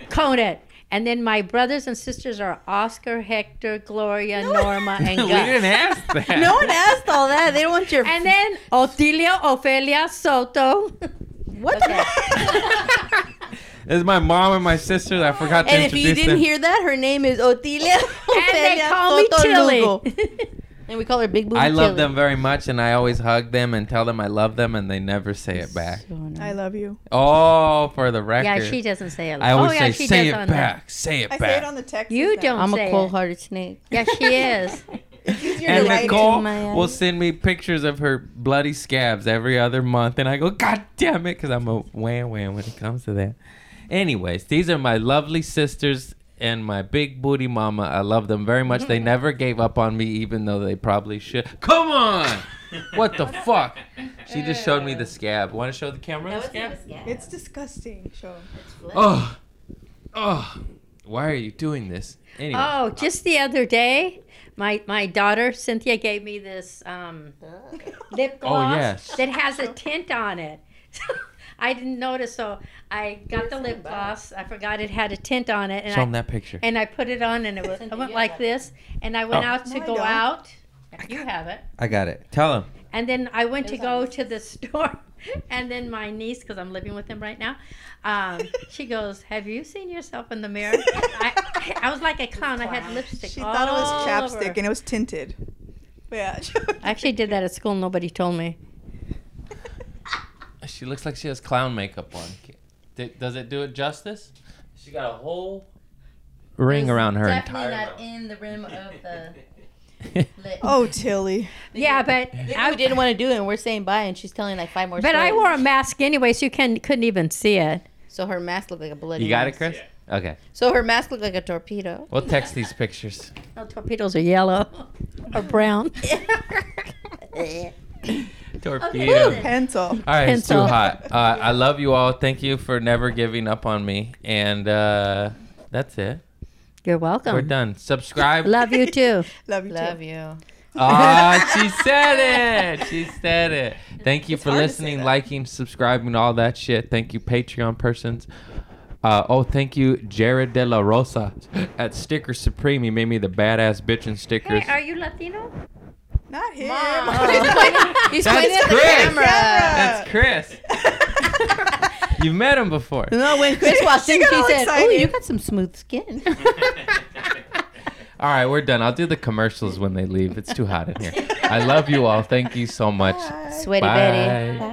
B: Conan. And then my brothers and sisters are Oscar, Hector, Gloria, Norma, and
D: we
B: Gus.
D: didn't ask that.
B: no one asked all that. They don't want your. And then Otilia Ofelia Soto. What?
D: This is my mom and my sister. I forgot to
F: And if
D: introduce
F: you didn't
D: them.
F: hear that, her name is Otilia.
B: And they
F: Ofelia
B: call me
F: Soto
B: Tilly.
F: Lugo. and we call her Big Booty
D: I love
F: Tilly.
D: them very much, and I always hug them and tell them I love them, and they never say it back.
M: I love you.
D: Oh, for the record.
B: Yeah, she doesn't say it.
D: I always
B: oh, yeah,
D: say,
B: she
D: "Say
B: does
D: it
B: on
D: back,
B: That.
D: say it
M: I say
D: back."
M: it on the text.
B: You don't.
M: I'm a
B: say it.
F: cold-hearted snake.
B: Yeah, she is.
D: and
M: light
D: Nicole
M: in my
D: will send me pictures of her bloody scabs every other month, and I go, God damn it, because I'm a wham wham when it comes to that. Anyways, these are my lovely sisters and my big booty mama. I love them very much. They never gave up on me, even though they probably should. Come on! What the fuck? She just showed me the scab. Want to show the camera? the scab?
M: It's disgusting. Show.
D: Oh, oh, why are you doing this? Anyway,
B: Oh, just the other day, my my daughter Cynthia gave me this um, lip
D: Oh,
B: gloss
D: yes.
B: that has a tint on it. I didn't notice, so I got the lip gloss. I forgot it had a tint on it, and
D: show
B: I,
D: them that picture.
B: and I put it on, and it was, I went like this, and I went
D: Oh.
B: out to
M: No, I
B: go
M: don't.
B: out. You have it.
D: I got it. Tell them.
B: And then I went to go to the store, and then my niece, because I'm living with him right now, um, she goes, "Have you seen yourself in the mirror?" I, I was like a clown. I had lipstick.
M: She thought it was
B: all
M: chapstick
B: over.
M: and it was tinted. Yeah.
B: I actually did that at school. Nobody told me.
D: She looks like she has clown makeup on. Th- Does it do it justice? She got a whole ring around her
B: Definitely
D: entire.
B: not in the rim of the.
M: oh, Tilly.
B: Yeah, but
F: I didn't want to do it, and we're saying bye, and she's telling like five more.
B: but I
F: stories.
B: wore a mask anyway, so you can couldn't even see it.
F: So her mask looked like a bloody.
D: You got it,
F: mess.
D: Chris? Okay.
F: So her mask looked like a torpedo.
D: We'll text these pictures.
B: No, Oh, torpedoes are yellow or brown.
D: Torpedo.
M: Pencil.
D: All right, it's too
B: Pencil.
D: hot. Uh, I love you all. Thank you for never giving up on me. And uh, that's it.
B: You're welcome.
D: We're done. Subscribe.
B: Love you too.
M: Love you,
F: Love
M: too.
F: you.
D: Ah, she said it. She said it. Thank you for
M: hard to say
D: listening,
M: that.
D: liking, subscribing, all that shit. Thank you, Patreon persons. Uh, oh, thank you, Jared De La Rosa at Sticker Supreme. He made me the badass bitchin' stickers.
B: Hey, are you Latino?
M: Not him.
F: He's
D: That's
F: pointing at the
D: Chris.
F: camera.
D: That's Chris. You've met him before.
F: No, when Chris walked
M: She
F: in,
M: got
F: she
M: all
F: said, "Oh,
M: excited.
F: you got some smooth skin."
D: All right, we're done. I'll do the commercials when they leave. It's too hot in here. I love you all. Thank you so much.
F: Sweaty
D: Bye.
F: Betty.